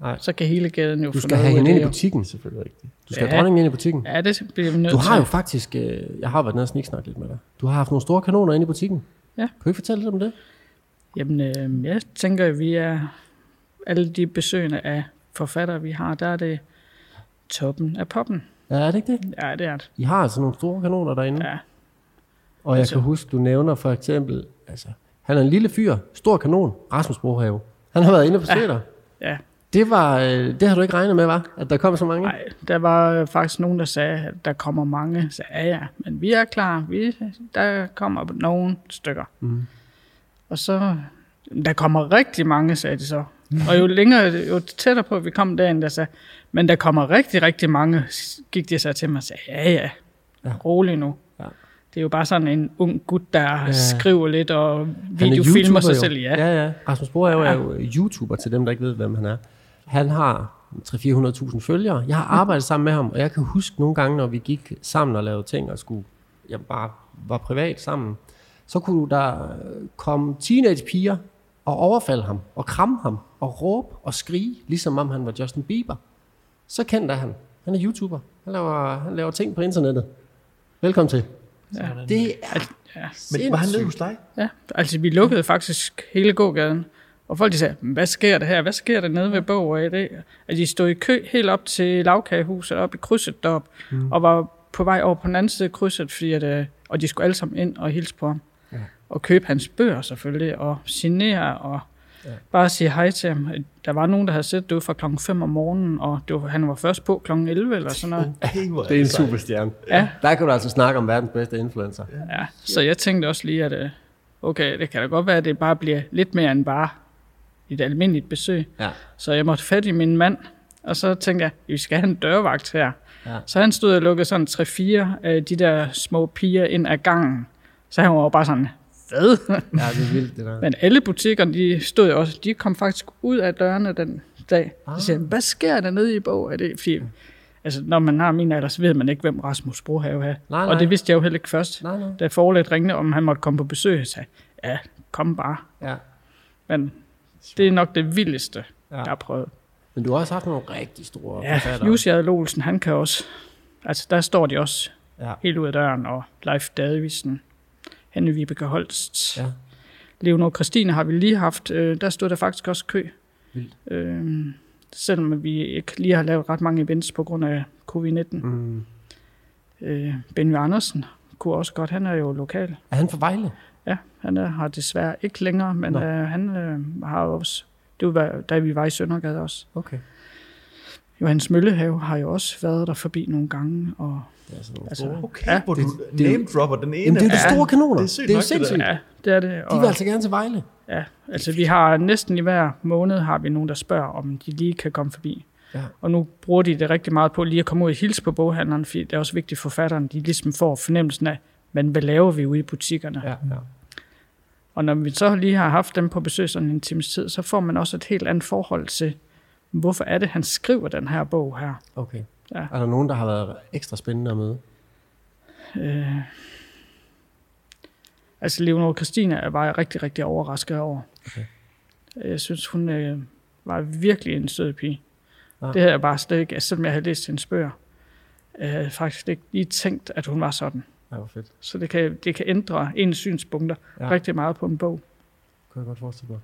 Nej. Så kan hele gaden jo Du få skal noget have ud af hende ind det i jo. butikken. Det er selvfølgelig rigtigt. Du skal have Ja. dronningen ind i butikken. Ja, det bliver vi nødt Du har til. jo faktisk... Øh, jeg har været nede og sniksnak lidt med dig. Du har haft nogle store kanoner inde i butikken. Ja. Kan du ikke fortælle lidt om det? Jamen, øh, jeg tænker, at vi er alle de besøgende af forfattere, vi har, der er det toppen af poppen. Ja, er det ikke det? Ja, det er det. I har altså nogle store kanoner derinde. Ja. Og jeg Altså- kan huske, du nævner for eksempel, altså, han er en lille fyr, stor kanon, Rasmus Brohave. Han har været inde og besøge dig. ja. Det, var, øh, det har du ikke regnet med, var, At der kom så mange? Nej, der var øh, faktisk nogen, der sagde, at der kommer mange. Så ja, ja, men vi er klar. Vi, der kommer nogle stykker. Mm. Og så, der kommer rigtig mange, sagde de så. Og jo længere, jo tættere på, vi kom derind, der sagde, men der kommer rigtig, rigtig mange, gik de så til mig og sagde, ja, ja, Ja. rolig nu. Ja. Det er jo bare sådan en ung gut, der Ja. ja. skriver lidt og Han er videofilmer YouTuber sig jo. selv. Ja. ja, ja. Rasmus Brohave ja. er Ja. jo øh, YouTuber til dem, der ikke ved, hvem han er. Han har <laughs> 300-400.000 følgere. Jeg har arbejdet sammen med ham, og jeg kan huske nogle gange, når vi gik sammen og lavede ting og skulle jeg bare var privat sammen, så kunne der øh, komme teenagepiger og overfalde ham, og kramme ham, og råbe og skrige, ligesom om han var Justin Bieber. Så kendt er han. Han er YouTuber. Han laver, han laver ting på internettet. Velkommen til. Ja. Det er Ja. Men var han nede sindssygt. hos dig? ja. Altså, vi lukkede faktisk hele gågaden. Og folk de sagde, "Men hvad sker der her? Hvad sker der nede ved Bog i dag? At de stod i kø helt op til lavkagehuset, op i krydset derop, mm. og var på vej over på den anden side af krydset, fordi at, øh, og de skulle alle sammen ind og hilse på ham. Ja. Ja. Og købe hans bøger selvfølgelig, og signere, og Ja. ja. bare sige hej til ham. Der var nogen, der havde set det ud fra klokken 5 om morgenen, og det var, han var først på klokken 11 eller sådan noget. Okay, hvor Det er en sejt. superstjerne. Ja. Der kan du altså snakke om verdens bedste influencer. Ja, så jeg tænkte også lige, at øh, okay, det kan da godt være, at det bare bliver lidt mere end bare et almindeligt besøg. Ja. Så jeg måtte fat i min mand, og så tænkte jeg, vi skal have en dørvagt her. Ja. Så han stod og lukkede sådan 3-4 af de der små piger ind ad gangen. Så han var jo bare sådan, hvad? <laughs> ja, det er vildt det der. Men alle butikkerne, de stod jo også, de kom faktisk ud af dørene den dag. Ah. De sagde, hvad sker der nede i bog? Er det, fordi, Mm. altså, når man har min alder, så ved man ikke, hvem Rasmus Brohave er. Nej, nej. Og det vidste jeg jo heller ikke først Nej, nej. da forlaget ringede, om han måtte komme på besøg, jeg sagde, ja, kom bare. Ja. Men det er nok det vildeste, Ja. ja. jeg har prøvet. Men du har også haft nogle rigtig store Ja, forfattere. Jussi Adel Olsen, han kan også, altså der står de også Ja. ja. helt ud af døren, og Leif Davidsen, Hanne Vibeke Holst, Ja. ja. Leonor Christine har vi lige haft, øh, der stod der faktisk også kø. Vildt. Øh, selvom vi ikke lige har lavet ret mange events på grund af covid-19. Mm. Mm. Øh, Benny Andersen kunne også godt, han er jo lokal. Er han fra Vejle? Ja, han er her desværre ikke længere, men Nå. øh, han øh, har jo også, det var da vi var i Søndergade også. Okay. Johannes Møllehave har jo også været der forbi nogle gange, og Det er sådan nogle Altså, store. Okay, Ja. hvor du det- name dropper den ene. Jamen, det er jo de Ja, store kanoner. det er sygt Det er nok, jo det der. sindssygt. ja, det er det. De Og, vil altså gerne til Vejle. ja, altså vi har næsten i hver måned har vi nogen, der spørger, om de lige kan komme forbi. Ja. Og nu bruger de det rigtig meget på lige at komme ud og hilse på boghandleren, fordi det er også vigtigt for forfatteren, de ligesom får fornemmelsen af, men hvad laver vi ude i butikkerne? Ja, ja. Og når vi så lige har haft dem på besøg sådan en times tid, så får man også et helt andet forhold til, hvorfor er det, han skriver den her bog her? Okay. Ja. Er der nogen, der har været ekstra spændende at møde? Øh, altså, Leonor Christina var jeg rigtig, rigtig overrasket over. Okay. Jeg synes, hun øh, var virkelig en sød pige. Ja. Ja. Det havde jeg bare slet ikke, altså, selvom jeg havde læst hendes bøger, jeg havde faktisk ikke lige tænkt, at hun var sådan. Ja, hvor fedt. Så det kan, det kan ændre ens synspunkter Ja. ja. rigtig meget på en bog. Kunne jeg godt forestille mig.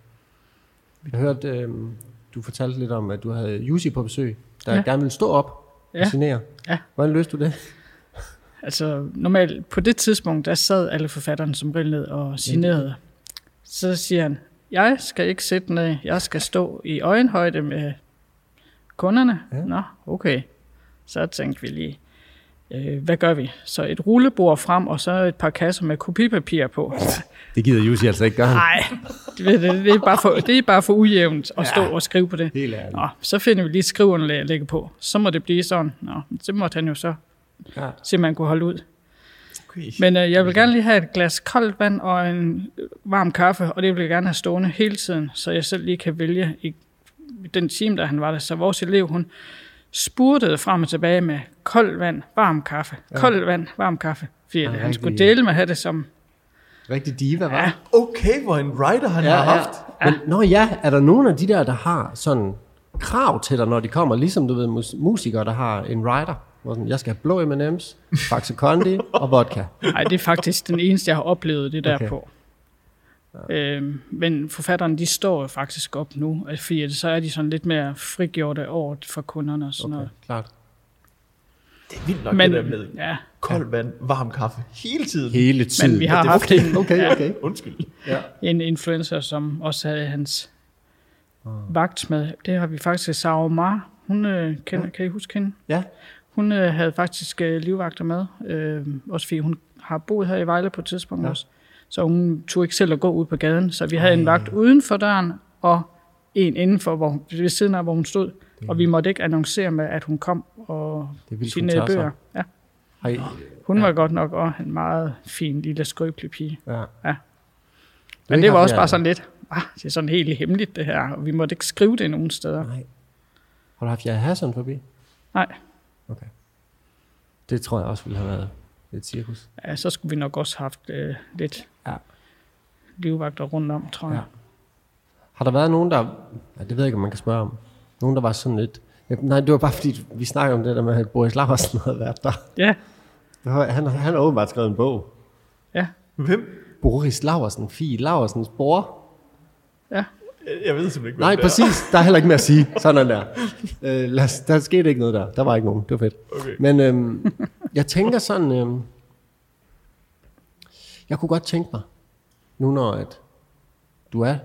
Jeg hørte, øh, du fortalte lidt om, at du havde Jussi på besøg, der ja. Ja. gerne ville stå op og Ja. signere. Ja. Hvordan løste du det? Altså normalt, på det tidspunkt, der sad alle forfatterne som regel ned og signerede. Så siger han, jeg skal ikke sidde ned, jeg skal stå i øjenhøjde med kunderne. Ja. Ja. Nå, okay. Så tænkte vi lige, øh, hvad gør vi? Så et rullebord frem, og så et par kasser med kopipapir på. <laughs> Det gider Jussi altså ikke gøre. Nej, det, det, det, er bare for, det er bare for ujævnt at stå og skrive på det. Helt ærligt. Nå, så finder vi lige et skriveunderlag at lægge på. Så må det blive sådan. Nå, så måtte han jo så Ja. se, man kunne holde ud. Okay. Men øh, jeg vil gerne lige have et glas koldt vand og en øh, varm kaffe, og det vil jeg gerne have stående hele tiden, så jeg selv lige kan vælge i den time, der han var der. Så vores elev, hun spurtede frem og tilbage med koldt vand, varm kaffe, ja. koldt vand, varm kaffe. Fordi ja, han rigtig- skulle dele med at have det som... Rigtig diva, var. Ja. Okay, hvor en writer han har haft. Ja. Men, nå ja, er der nogen af de der, der har sådan krav til dig, når de kommer, ligesom du ved, mus- musikere, der har en rider, hvor sådan, jeg skal have blå M&M's, Faxe Kondi og vodka. Nej, det er faktisk den eneste, jeg har oplevet det der Okay. okay. på. Øhm, men forfatterne, de står jo faktisk op nu, øh, fordi så er de sådan lidt mere frigjorte over for kunderne og sådan okay. Okay, noget. klart. Det er vildt nok, Men, det der med ja, koldt vand, varm kaffe, hele tiden. Hele tiden. men vi har det er haft en, Okay, okay. Undskyld. en influencer, som også havde hans Ah. vagt med. Det har vi faktisk Sara Mar. Hun øh, kender, kan I huske hende? Ja. Hun øh, havde faktisk øh, livvagter med, øh, også fordi hun har boet her i Vejle på et tidspunkt Ja. ja. også. Så hun turde ikke selv at gå ud på gaden, så vi havde en vagt uden for døren og en indenfor, hvor, ved siden af, hvor hun stod. Og vi måtte ikke annoncere med, at hun kom og Mm. Det er vildt, hun sine tager sig. bøger. Ja. Har I, Hun ja. var godt nok også en meget fin lille skrøbelig pige. ja. Ja. Du har Men ikke det var haft også mere- bare sådan lidt, ah, det er sådan helt hemmeligt det her, og vi måtte ikke skrive det nogen steder. Nej. Har du haft Jaja Hassan forbi? Nej, Okay. Det tror jeg også ville have været et cirkus. Ja, så skulle vi nok også have haft øh, lidt Ja. ja. livvagter rundt om, tror jeg. Har der været nogen, der... Ja, det ved jeg ikke, om man kan spørge om. Nogen, der var sådan lidt... Ja, nej, det var bare fordi, vi snakkede om det der med, at Boris Larsen havde været der. Ja. ja. Det var- Han, han har åbenbart skrevet en bog. Ja, Hvem? Boris Laversen, Fie Laversens bror. ja. Jeg ved simpelthen ikke, hvem Nej, det er. præcis. Der er heller ikke mere at sige. Sådan der. Øh, lad os, der skete ikke noget der. Der var ikke nogen. Det var fedt. Okay. Men øhm, jeg tænker sådan... Øhm, jeg kunne godt tænke mig, nu når at du er...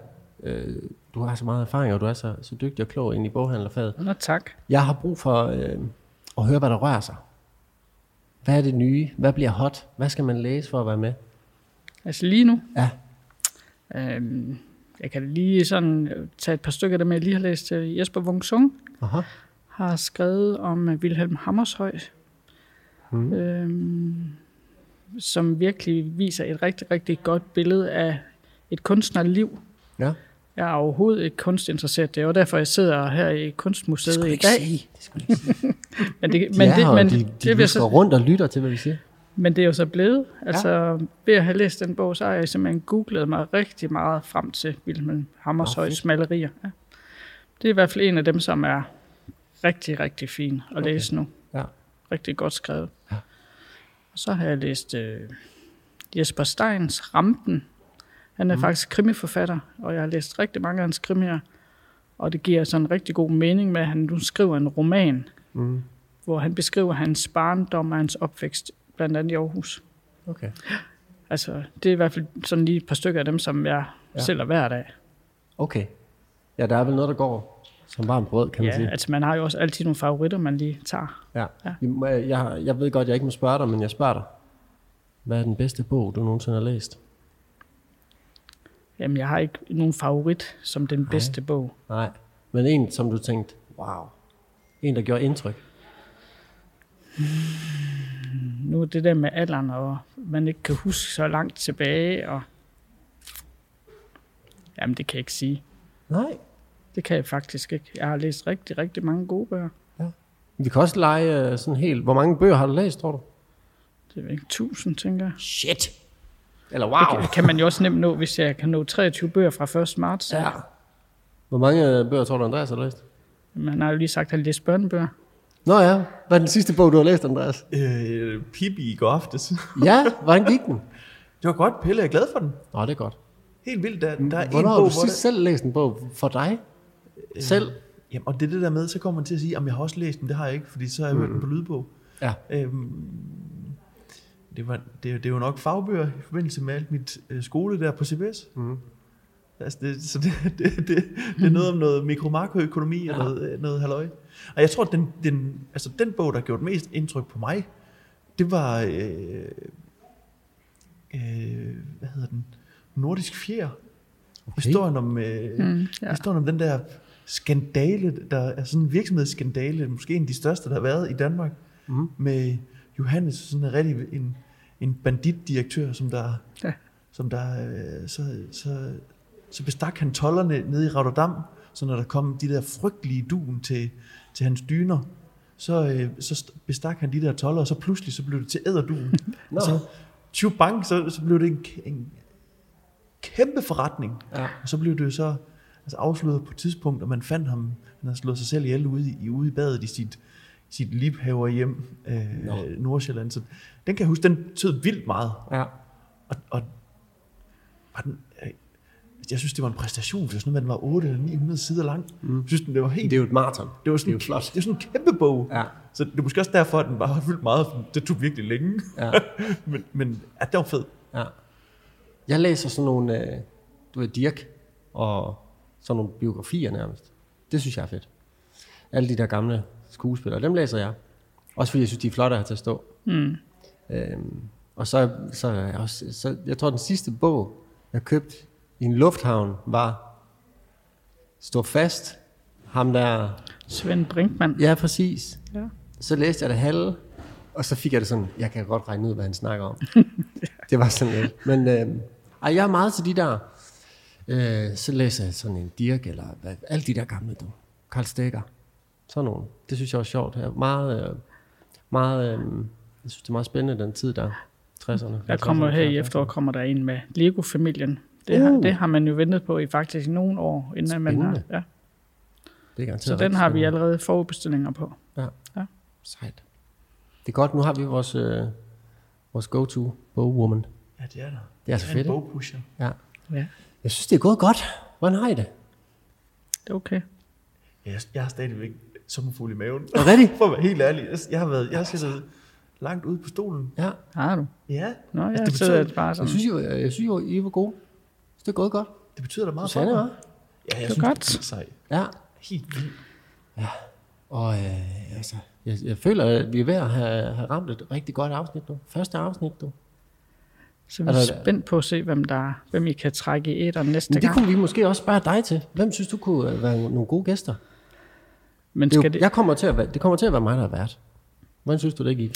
Øh, du har så meget erfaring, og du er så, så dygtig og klog ind i boghandlerfaget. Nå, tak. Jeg har brug for øh, at høre, hvad der rører sig. Hvad er det nye? Hvad bliver hot? Hvad skal man læse for at være med? Altså lige nu, Ja, øhm, jeg kan lige sådan øh, tage et par stykker af dem, jeg lige har læst. Øh, Jesper Wung Sung aha. har skrevet om øh, Wilhelm Hammershøi, mm. øhm, som virkelig viser et rigtig, rigtig godt billede af et kunstnerliv. Ja. Jeg er overhovedet ikke kunstinteresseret. Det er jo derfor, jeg sidder her i Kunstmuseet i dag. Det skulle ikke sige. Men det, Men men de er det, men, de, de det, vil lytter jeg så, rundt og lytter til, hvad vi siger. men det er jo så blevet. Altså, ved at have læst den bog, så har jeg simpelthen googlet mig rigtig meget frem til Wilhelm Hammershøis malerier. Ja. Det er i hvert fald en af dem, som er rigtig, rigtig fin at okay. læse nu. Ja. Rigtig godt skrevet. Ja. Og så har jeg læst øh, Jesper Steins Rampen. Han er mm. faktisk krimiforfatter, og jeg har læst rigtig mange af hans krimier. Og det giver sådan en rigtig god mening med, at han nu skriver en roman, mm. hvor han beskriver hans barndom og hans opvækst, blandt andet i Aarhus. Okay. Altså, det er i hvert fald sådan lige et par stykker af dem, som jeg ja. sælger hver dag. Okay. Ja, der er vel noget, der går som varmt brød, kan man Ja, sige. altså, man har jo også altid nogle favoritter, man lige tager. Ja. Ja. Jamen, Jeg, jeg, jeg ved godt, jeg ikke må spørge dig, men jeg spørger dig. Hvad er den bedste bog, du nogensinde har læst? Jamen, jeg har ikke nogen favorit som den bedste bog. Nej. Men en, som du tænkte, wow. En, der gjorde indtryk. Nu er det der med alderen, og man ikke kan huske så langt tilbage, og... Jamen, det kan jeg ikke sige. Nej. Det kan jeg faktisk ikke. Jeg har læst rigtig, rigtig mange gode bøger. Vi kan også lege øh, sådan helt... Hvor mange bøger har du læst, tror du? Det er ikke tusind, tænker jeg. Shit. Eller wow. Det kan man jo også nemt nå, hvis jeg kan nå 23 bøger fra 1. <laughs> marts. Ja. Hvor mange øh, bøger tror du, Andreas har læst? Man har jo lige sagt, at han læste børnebøger. Nå ja, hvad er den sidste bog, du har læst, Andreas? Øh, Pippi i går aftes. Ja, hvordan gik den? Det var godt, Pelle er glad for den. Nå, det er godt. Helt vildt, der, der er en Hvornår har du bog, hvor sidst det... selv læst en bog for dig? Selv? Jamen, og det er det der med, så kommer man til at sige, at jeg har også læst den, det har jeg ikke, fordi så Mm. har jeg hørt den på lydbog. Ja. Øhm, det, var, det, det er jo nok fagbøger i forbindelse med alt mit øh, skole der på CBS. Mm. Altså det, <laughs> så det, det, det, det er noget om noget mikromakroøkonomi og noget, øh, noget halløj. Og jeg tror, at den, den, altså den bog, der gjorde mest indtryk på mig, det var, øh, øh, hvad hedder den, Nordisk Fjer. Okay. Historien, om, øh, mm, Mm, ja. ja. historien om den der skandale, der er sådan en virksomhedsskandale, måske en af de største, der har været i Danmark, mm. med Johannes, sådan en rigtig en, en banditdirektør, som der, ja. Ja. som der øh, så, så, så bestak han tollerne nede i Rotterdam, så når der kom de der frygtelige duen til, til hans dyner, så, øh, så st- bestak han de der toller, og så pludselig så blev det til æderduen. og så, tjubang, så, så blev det en, k- en kæmpe forretning. Ja. Og så blev det jo så altså afsløret på et tidspunkt, og man fandt ham, han havde slået sig selv ihjel ude i, ude i badet i sit, sit libhaver hjem, øh, Nå. Nordsjælland. Så den kan jeg huske, den tød vildt meget. Ja. Og, og var den, øh, jeg synes, det var en præstation, for det var sådan noget, med, at den var 8 eller 900 sider lang. Mm. Jeg synes, den, det var helt... Det er jo et maraton. det var sådan, det er jo flot. Det var sådan en kæmpe bog. Ja. Så det er måske også derfor, at den bare har fyldt meget. for Det tog virkelig længe. Ja. <laughs> men, men ja, det var fedt. Ja. Jeg læser sådan nogle, øh, du ved, Dirk, og sådan nogle biografier nærmest. Det synes jeg er fedt. Alle de der gamle skuespillere, dem læser jeg. Også fordi jeg synes, de er flotte at have til at stå. Mm. Øhm, og så, så, er jeg også, så, jeg tror, den sidste bog, jeg købte i en lufthavn, var Stå fast, ham der Svend Brinkmann. Ja, præcis. Ja. Så læste jeg det halve, og så fik jeg det sådan, jeg kan godt regne ud, hvad han snakker <laughs> om. det var sådan lidt. Men øh, ej, jeg er meget til de der, øh, så læser jeg sådan en Dirk, eller hvad, alle de der gamle, du. Karl Stegger. Sådan nogle. Det synes jeg var sjovt. Jeg er meget, øh, meget øh, Jeg synes, det er meget spændende, den tid der. 60'erne. Der kommer her i 70'erne. efteråret kommer der en med Lego-familien. Det, har, Uh. det har man jo ventet på i faktisk nogle år, inden at man har. Spændende. Ja. Det er garanteret Så den rigtig har vi spændende. allerede forudbestillinger på. Sejt. Det er godt, nu har vi vores, øh, vores go-to bogwoman. Ja, det er der. Det er altså fedt, Jeg en ikke? bogpusher. Ja. Ja. Jeg synes, det er gået godt. Hvordan har I det? Det er okay. Ja, jeg- jeg har stadigvæk sommerfugl i maven. <laughs> Er rigtigt? For at være helt ærlig, jeg- jeg har, været, jeg har siddet langt ude på stolen. Ja. Har du? Ja, Nå, jeg det altså, betyder- sidder bare sådan. Jeg synes jo, jeg synes jo I var gode. Jeg synes, det er gået godt. det betyder da meget Susanne, for hva'? mig. Ja, jeg er synes, godt. det er sej. Ja. Helt vildt. Og øh, altså, jeg, jeg, føler, at vi er ved at have, have ramt et rigtig godt afsnit nu. Første afsnit nu. Så vi Altså, er spændt på at se, hvem, der, hvem I kan trække i etteren Men næste det gang. kunne vi måske også spørge dig til. Hvem synes du kunne øh, være nogle gode gæster? Men Det, er skal jo, det, jeg kommer til at være, det kommer til at være mig, der er vært. Hvordan synes du, det gik?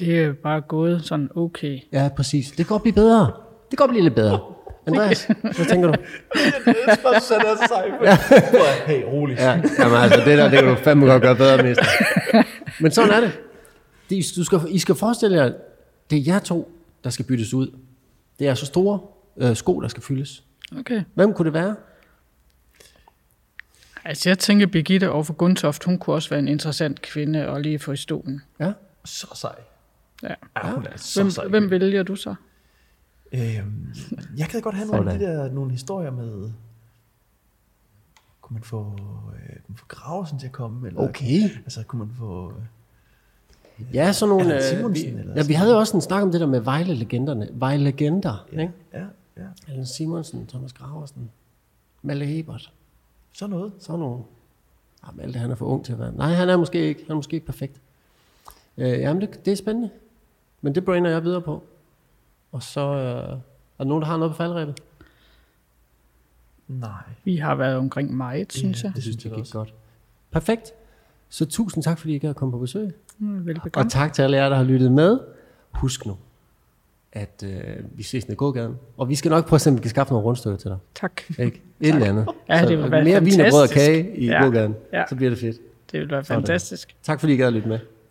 det er bare gået sådan okay. Ja, præcis. Det kan godt blive bedre. Det kan godt blive lidt bedre. <laughs> Andreas, hvad tænker du? Jeg synes bare, Susanne er så sej. Prøv at- Hey, rolig. Ja, jamen altså, det der, det kan du fandme godt gøre bedre, mester. Men sådan er det. det du skal, I skal forestille jer, det er jer to, der skal byttes ud. Det er så store øh, sko, der skal fyldes. Okay. Hvem kunne det være? Altså jeg tænker, Birgitte over for Gundtoft, hun kunne også være en interessant kvinde og lige få i stolen. Ja, Så sej. Ja. Ja, hun er så Hvem, sej. hvem vælger du så? Øhm, jeg kan godt have nogle af de Sådan. der nogle historier med... Kunne man få, øh, kunne man få Graversen til at komme? Eller, okay. Altså, kunne man få... Øh, Ja, sådan nogle... Allan Øh, Simonsen vi, ja, eller vi sådan havde jo også en snak om det der med Vejle-legenderne. Vejle-legender, ja. ikke? ja, ja. Allan Simonsen, Thomas Graversen, Malle Hebert, Sådan noget. sådan nogle. Ah, Malte, han er for ung til at være... Nej, han er måske ikke. Han er måske ikke perfekt. Øh, jamen, det, det er spændende. Men det brainer jeg videre på. Og så øh, er der nogen, der har noget på faldrebet. Nej. Vi har været omkring meget, synes jeg. det synes jeg gik også. godt. Perfekt. Så tusind tak, fordi I gad at komme på besøg. Mm, Og Velbekomme. tak til alle jer, der har lyttet med. Husk nu, at øh, vi ses ned i gågaden. Og vi skal nok prøve at se, om vi kan skaffe nogle rundstykker til dig. Tak. Ikke? Et eller andet. Ja, Så det ville være Mere vin og brød og fantastisk. kage i Ja, gågaden. ja. Så bliver det fedt. Det ville være Sådan. fantastisk. Tak fordi I gad at lytte med.